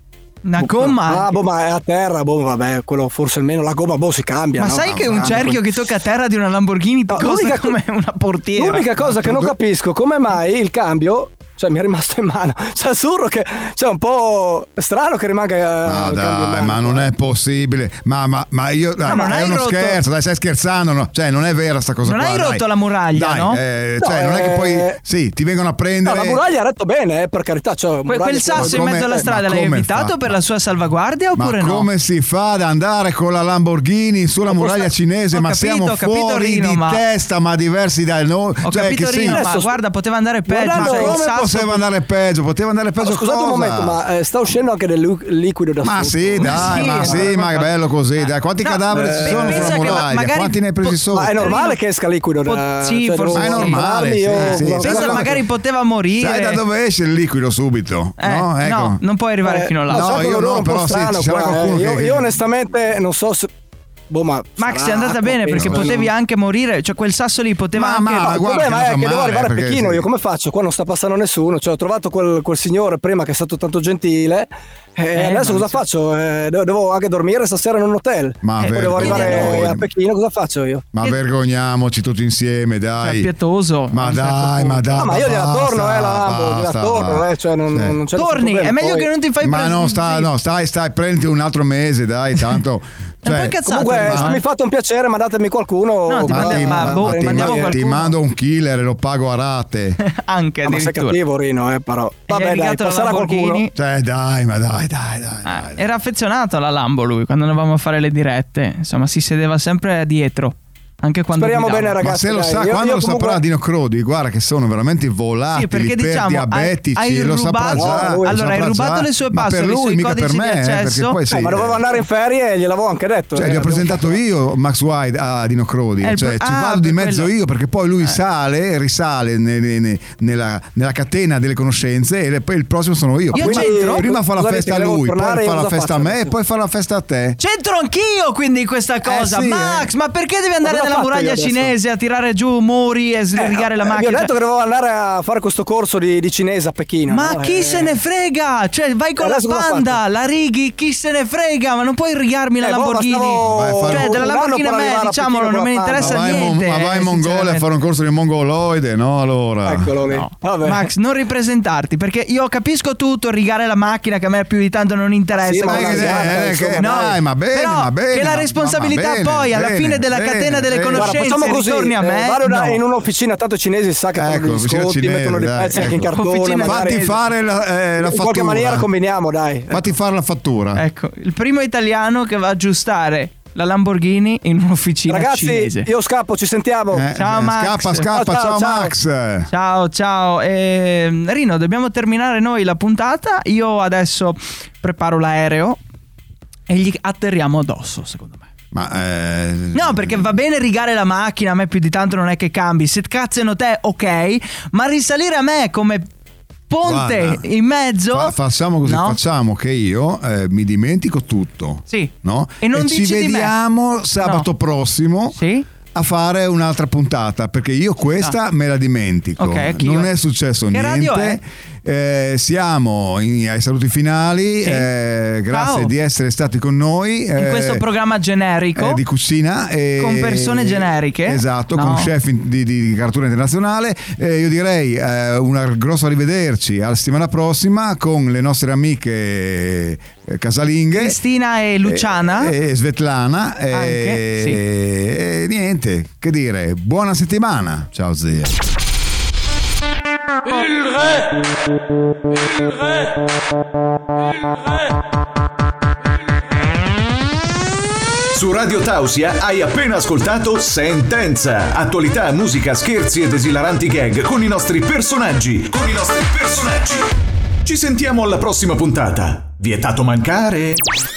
Speaker 3: Una gomma?
Speaker 6: Ah, boh, ma è a terra, boh, vabbè, quello forse almeno la gomma, boh, si cambia.
Speaker 3: Ma
Speaker 6: no?
Speaker 3: sai
Speaker 6: Ma-
Speaker 3: che un
Speaker 6: ma-
Speaker 3: cerchio che tocca a terra di una Lamborghini ti
Speaker 6: No,
Speaker 3: costa
Speaker 6: l'unica co-
Speaker 3: come una portiera?
Speaker 6: L'unica cosa che non capisco, come mai il cambio, cioè mi è rimasto in mano. Sussurro che cioè, è un po' strano che rimanga eh,
Speaker 3: Ah,
Speaker 2: Ma
Speaker 6: il cambio in
Speaker 2: Ah, dai,
Speaker 6: mano.
Speaker 2: ma non è possibile. Ma, ma, ma io. dai,
Speaker 3: eh. non
Speaker 2: ma è
Speaker 3: hai
Speaker 2: uno
Speaker 3: rotto-
Speaker 2: scherzo, dai, stai scherzando. no? Cioè, non è vera sta cosa
Speaker 3: Non
Speaker 2: qua.
Speaker 3: hai
Speaker 2: dai.
Speaker 3: rotto la muraglia,
Speaker 2: Dai,
Speaker 3: no?
Speaker 2: eh, cioè,
Speaker 6: No,
Speaker 2: non è che poi.
Speaker 6: eh,
Speaker 2: Sì, ti vengono a
Speaker 6: No,
Speaker 2: prendere.
Speaker 6: la muraglia ha retto bene, eh, per carità. Cioè,
Speaker 3: Que-
Speaker 6: muraglia-
Speaker 3: quel sasso
Speaker 2: come-
Speaker 3: in mezzo alla
Speaker 2: eh,
Speaker 3: strada
Speaker 2: ma
Speaker 3: l'hai
Speaker 2: come
Speaker 3: evitato
Speaker 2: fa?
Speaker 3: per la sua salvaguardia
Speaker 2: ma
Speaker 3: oppure no?
Speaker 2: come si fa ad andare con la Lamborghini sulla muraglia cinese?
Speaker 3: Ho
Speaker 2: Ma
Speaker 3: capito,
Speaker 2: siamo
Speaker 3: ho capito,
Speaker 2: fuori
Speaker 3: Rino,
Speaker 2: di
Speaker 3: ma-
Speaker 2: testa, ma diversi da noi.
Speaker 3: Ho
Speaker 2: cioè,
Speaker 3: capito
Speaker 2: che sì.
Speaker 3: Rino, ma
Speaker 6: Adesso-
Speaker 3: guarda, poteva andare peggio.
Speaker 6: Guardando
Speaker 3: cioè, il
Speaker 2: Come
Speaker 3: sasso-
Speaker 2: poteva andare peggio? Poteva andare peggio
Speaker 6: Ma Scusate
Speaker 2: cosa?
Speaker 6: un momento, ma eh, sta uscendo anche del lu- liquido da
Speaker 2: Ma
Speaker 6: sotto.
Speaker 2: sì, dai,
Speaker 3: sì,
Speaker 2: ma
Speaker 3: eh,
Speaker 2: sì, ma che
Speaker 3: ma-
Speaker 2: bello così, dai. Quanti
Speaker 3: No,
Speaker 2: cadaveri ci
Speaker 3: eh,
Speaker 2: sono
Speaker 3: pensa
Speaker 2: sulla
Speaker 3: che ma-
Speaker 2: muraglia?
Speaker 3: magari
Speaker 2: Quanti ne hai presi
Speaker 3: po-
Speaker 2: sotto?
Speaker 6: Ma è normale
Speaker 3: Rino-
Speaker 6: che esca liquido da cioè,
Speaker 3: Pot- sì,
Speaker 6: devo
Speaker 3: forse
Speaker 2: Ma è
Speaker 3: sì.
Speaker 2: normale,
Speaker 6: guardarmi, io-
Speaker 2: sì, sì.
Speaker 6: guarda-
Speaker 3: Pensa,
Speaker 2: Guarda-
Speaker 3: magari poteva morire.
Speaker 2: Sai da dove esce il liquido subito?
Speaker 3: Eh,
Speaker 2: no, ecco.
Speaker 3: non puoi arrivare
Speaker 6: Eh,
Speaker 3: fino là.
Speaker 2: No,
Speaker 6: sai
Speaker 2: io
Speaker 6: quell'odore
Speaker 2: no,
Speaker 6: un po'
Speaker 2: però sì,
Speaker 6: strano
Speaker 2: ci sarà
Speaker 6: qua, eh.
Speaker 2: qualcuno
Speaker 6: io,
Speaker 2: che-
Speaker 6: io onestamente non so se... Boh, ma
Speaker 3: Max
Speaker 6: sarà
Speaker 3: è andata
Speaker 6: acqua,
Speaker 3: bene perché
Speaker 6: penso.
Speaker 3: potevi anche morire, cioè quel sasso lì poteva
Speaker 2: Ma-
Speaker 3: anche
Speaker 2: ma-
Speaker 6: Eh, No, il
Speaker 2: guarda,
Speaker 6: problema
Speaker 2: che
Speaker 6: è
Speaker 2: non
Speaker 6: che
Speaker 2: fa
Speaker 6: devo
Speaker 2: male,
Speaker 6: arrivare a
Speaker 2: perché
Speaker 6: Pechino.
Speaker 2: sì.
Speaker 6: Io come faccio? Qua non sta passando nessuno. Cioè, ho trovato quel, quel signore prima che è stato tanto gentile. E
Speaker 3: Eh,
Speaker 6: adesso
Speaker 3: ma-
Speaker 6: cosa faccio? Eh, devo, devo anche dormire stasera in un hotel.
Speaker 2: Ma
Speaker 6: Poi devo
Speaker 2: vergogna.
Speaker 6: arrivare a Pechino, cosa faccio io?
Speaker 2: Ma
Speaker 3: Che-
Speaker 2: vergogniamoci tutti insieme,
Speaker 3: cioè,
Speaker 2: dai.
Speaker 3: pietoso.
Speaker 2: Ma dai, ma dai.
Speaker 6: No, ma io gliela
Speaker 2: basta,
Speaker 6: torno, eh, la Lambo, gliela
Speaker 2: basta,
Speaker 6: torno,
Speaker 2: basta.
Speaker 6: eh, cioè, non,
Speaker 2: Sì.
Speaker 6: non c'è nessun
Speaker 3: Torni,
Speaker 6: problema.
Speaker 3: è meglio
Speaker 6: Poi-
Speaker 3: che non ti fai
Speaker 2: Ma
Speaker 3: prendere.
Speaker 2: no, sta, no, stai, stai, prenditi un altro mese, dai, tanto.
Speaker 3: È un po'
Speaker 2: cioè,
Speaker 3: incazzato,
Speaker 6: Comunque,
Speaker 3: Rino,
Speaker 6: se
Speaker 3: eh.
Speaker 6: mi fate un piacere, mandatemi qualcuno.
Speaker 3: No, ti
Speaker 2: ma
Speaker 3: mandi-
Speaker 2: ti,
Speaker 3: ma
Speaker 2: ma
Speaker 3: boh,
Speaker 2: ti-
Speaker 3: mandiamo
Speaker 2: ma- ti
Speaker 3: qualcuno.
Speaker 2: mando un killer e lo pago a rate.
Speaker 3: Anche
Speaker 6: Ah, ma sei
Speaker 3: addirittura.
Speaker 6: cattivo, Rino, eh, però.
Speaker 3: E gli hai
Speaker 6: Vabbè, dai,
Speaker 3: regalato la
Speaker 6: passerà qualcuno.
Speaker 3: Lamborghini.
Speaker 2: Cioè, dai, ma dai, dai, dai.
Speaker 3: Ah,
Speaker 2: dai.
Speaker 3: era affezionato alla Lambo lui quando andavamo a fare le dirette. Insomma, si sedeva sempre dietro. Anche quando
Speaker 6: Speriamo
Speaker 3: guidava.
Speaker 6: bene,
Speaker 2: Ma
Speaker 6: Eh, ragazzi.
Speaker 2: se lo
Speaker 6: dai.
Speaker 2: sa,
Speaker 6: Io-
Speaker 2: quando
Speaker 6: io
Speaker 2: lo
Speaker 6: comunque-
Speaker 2: saprà Dino Crodi, guarda che sono veramente volatili
Speaker 3: Sì, perché
Speaker 2: per
Speaker 3: diciamo,
Speaker 2: diabetici,
Speaker 3: hai- hai
Speaker 2: lo saprà
Speaker 3: rubato-
Speaker 2: già.
Speaker 6: allora,
Speaker 2: lo saprà
Speaker 3: hai rubato
Speaker 2: già.
Speaker 3: le sue
Speaker 2: Ma per
Speaker 3: password, i
Speaker 2: lui,
Speaker 3: suoi
Speaker 2: mica per
Speaker 3: codici di
Speaker 2: me, eh, perché
Speaker 3: accesso.
Speaker 2: poi
Speaker 6: Eh,
Speaker 2: sì,
Speaker 6: ma dovevo
Speaker 2: eh,
Speaker 6: andare in ferie e gliel'avevo anche
Speaker 2: Cioè,
Speaker 6: detto. eh,
Speaker 2: gli ho
Speaker 6: abbiamo-
Speaker 2: presentato io Max Wide a Dino Crodi,
Speaker 3: Eh, il
Speaker 2: cioè,
Speaker 3: pro-
Speaker 2: ci
Speaker 3: ah,
Speaker 2: vado di
Speaker 3: per
Speaker 2: mezzo
Speaker 3: quello. Eh.
Speaker 2: io perché poi lui sale, risale ne- ne- ne- nella, nella catena delle conoscenze e poi il prossimo sono io.
Speaker 3: Io
Speaker 2: prima,
Speaker 3: c'entro?
Speaker 2: prima fa la
Speaker 6: Scusate,
Speaker 2: festa a
Speaker 6: ti devo
Speaker 2: lui,
Speaker 6: tornare,
Speaker 2: poi fa
Speaker 6: io
Speaker 2: la
Speaker 6: cosa
Speaker 2: festa a
Speaker 6: faccio
Speaker 2: me e
Speaker 6: adesso?
Speaker 2: poi fa la festa a te.
Speaker 3: C'entro anch'io quindi in questa cosa,
Speaker 2: sì, eh.
Speaker 3: Max. Ma perché devi andare
Speaker 6: Ma cosa
Speaker 3: nella
Speaker 6: ho fatto io
Speaker 3: muraglia
Speaker 6: adesso?
Speaker 3: cinese a tirare giù muri e sririgare la
Speaker 6: Eh,
Speaker 3: macchina?
Speaker 6: Vi ho
Speaker 3: Cioè,
Speaker 6: detto che dovevo andare a fare questo corso di, di cinese a Pechino.
Speaker 3: Ma
Speaker 6: no?
Speaker 3: chi
Speaker 6: Eh,
Speaker 3: se ne frega? Cioè, vai con la
Speaker 6: Adesso cosa
Speaker 3: panda,
Speaker 6: faccio?
Speaker 3: la righi, chi se ne frega? Ma non puoi rigarmi la
Speaker 6: eh, boh, ma
Speaker 3: Lamborghini.
Speaker 6: stavo-
Speaker 2: Vai a fare
Speaker 3: Cioè,
Speaker 2: un-
Speaker 3: della
Speaker 6: un anno
Speaker 3: Lamborghini a
Speaker 6: per
Speaker 3: me,
Speaker 6: arrivare a
Speaker 3: diciamo, non
Speaker 6: Pechino
Speaker 3: mi
Speaker 6: con la Panda.
Speaker 3: interessa
Speaker 2: Ma vai, in Mon-
Speaker 3: niente. eh,
Speaker 2: ma vai in Mongolia a fare un corso di mongoloide, no? Allora.
Speaker 6: Eccolo lì.
Speaker 3: No.
Speaker 6: Vabbè.
Speaker 3: Max, non ripresentarti perché io capisco tutto, rigare la macchina che a me più di tanto non interessa.
Speaker 6: Sì,
Speaker 2: Ma
Speaker 3: Guarda,
Speaker 2: che-
Speaker 6: ragazzi, guarda,
Speaker 2: eh,
Speaker 6: insomma,
Speaker 2: che-
Speaker 6: no,
Speaker 2: dai, ma bene,
Speaker 3: Però
Speaker 2: ma bene.
Speaker 3: che
Speaker 2: ma-
Speaker 3: la
Speaker 2: ma- ma
Speaker 3: responsabilità
Speaker 2: bene,
Speaker 3: poi alla
Speaker 2: bene,
Speaker 3: fine della
Speaker 2: bene,
Speaker 3: catena delle
Speaker 2: bene.
Speaker 6: Guarda,
Speaker 3: conoscenze
Speaker 6: facciamo così,
Speaker 3: ritorni a me.
Speaker 6: eh, vado da-
Speaker 3: No.
Speaker 6: in un'officina, tanto i cinesi sa che
Speaker 2: Ecco,
Speaker 6: fanno gli
Speaker 2: officina
Speaker 6: sconti,
Speaker 2: cinese,
Speaker 6: mettono le
Speaker 2: dai,
Speaker 6: pezze anche in
Speaker 2: ecco.
Speaker 6: cartone.
Speaker 3: Officina-
Speaker 6: magari.
Speaker 2: Fatti fare la, eh, la
Speaker 6: in
Speaker 2: fattura.
Speaker 6: qualche maniera combiniamo, dai.
Speaker 2: Fatti fare la
Speaker 6: eh,
Speaker 2: fattura.
Speaker 3: Ecco, il primo italiano che va a aggiustare la Lamborghini in un'officina
Speaker 6: Ragazzi,
Speaker 3: cinese.
Speaker 6: io scappo, ci sentiamo.
Speaker 2: Eh,
Speaker 3: Ecco. Ciao,
Speaker 2: eh,
Speaker 3: Max.
Speaker 2: Scappa, scappa, ciao,
Speaker 6: Ciao, ciao, ciao.
Speaker 2: Max.
Speaker 3: Ciao, ciao. Ehm, Rino, dobbiamo terminare noi la puntata. Io adesso preparo l'aereo e gli atterriamo addosso, secondo me.
Speaker 2: Ma eh,
Speaker 3: No, perché va bene rigare la macchina, a me più di tanto non è che cambi. Se cazzano te, ok, ma risalire a me come ponte
Speaker 2: Guarda,
Speaker 3: in mezzo.
Speaker 2: fa- facciamo così,
Speaker 3: No?
Speaker 2: facciamo che io eh, mi dimentico tutto.
Speaker 3: Sì.
Speaker 2: No?
Speaker 3: E non
Speaker 2: ci
Speaker 3: dici di me.
Speaker 2: vediamo sabato
Speaker 3: No.
Speaker 2: prossimo.
Speaker 3: Sì?
Speaker 2: A fare un'altra puntata perché io questa me la dimentico.
Speaker 3: Ah. Ok, anch'io.
Speaker 2: non è successo
Speaker 3: Che
Speaker 2: niente.
Speaker 3: radio è?
Speaker 2: Eh, siamo in- ai saluti finali.
Speaker 3: Sì.
Speaker 2: eh, grazie
Speaker 3: Ciao.
Speaker 2: di essere stati con noi.
Speaker 3: In
Speaker 2: eh,
Speaker 3: questo programma generico.
Speaker 2: eh, di cucina e-
Speaker 3: Con persone generiche.
Speaker 2: esatto
Speaker 3: No.
Speaker 2: con chef in- di, di cartura internazionale Eh, io direi eh, una grossa arrivederci alla settimana prossima con le nostre amiche eh, casalinghe
Speaker 3: Cristina e
Speaker 2: eh,
Speaker 3: Luciana.
Speaker 2: e, Svetlana e,
Speaker 3: Anche, sì.
Speaker 2: e niente che dire buona settimana ciao zia
Speaker 1: Su Radio Tausia hai appena ascoltato Sentenza. Attualità, musica, scherzi ed esilaranti gag con i nostri personaggi. Con i nostri personaggi. Ci sentiamo alla prossima puntata. Vietato mancare.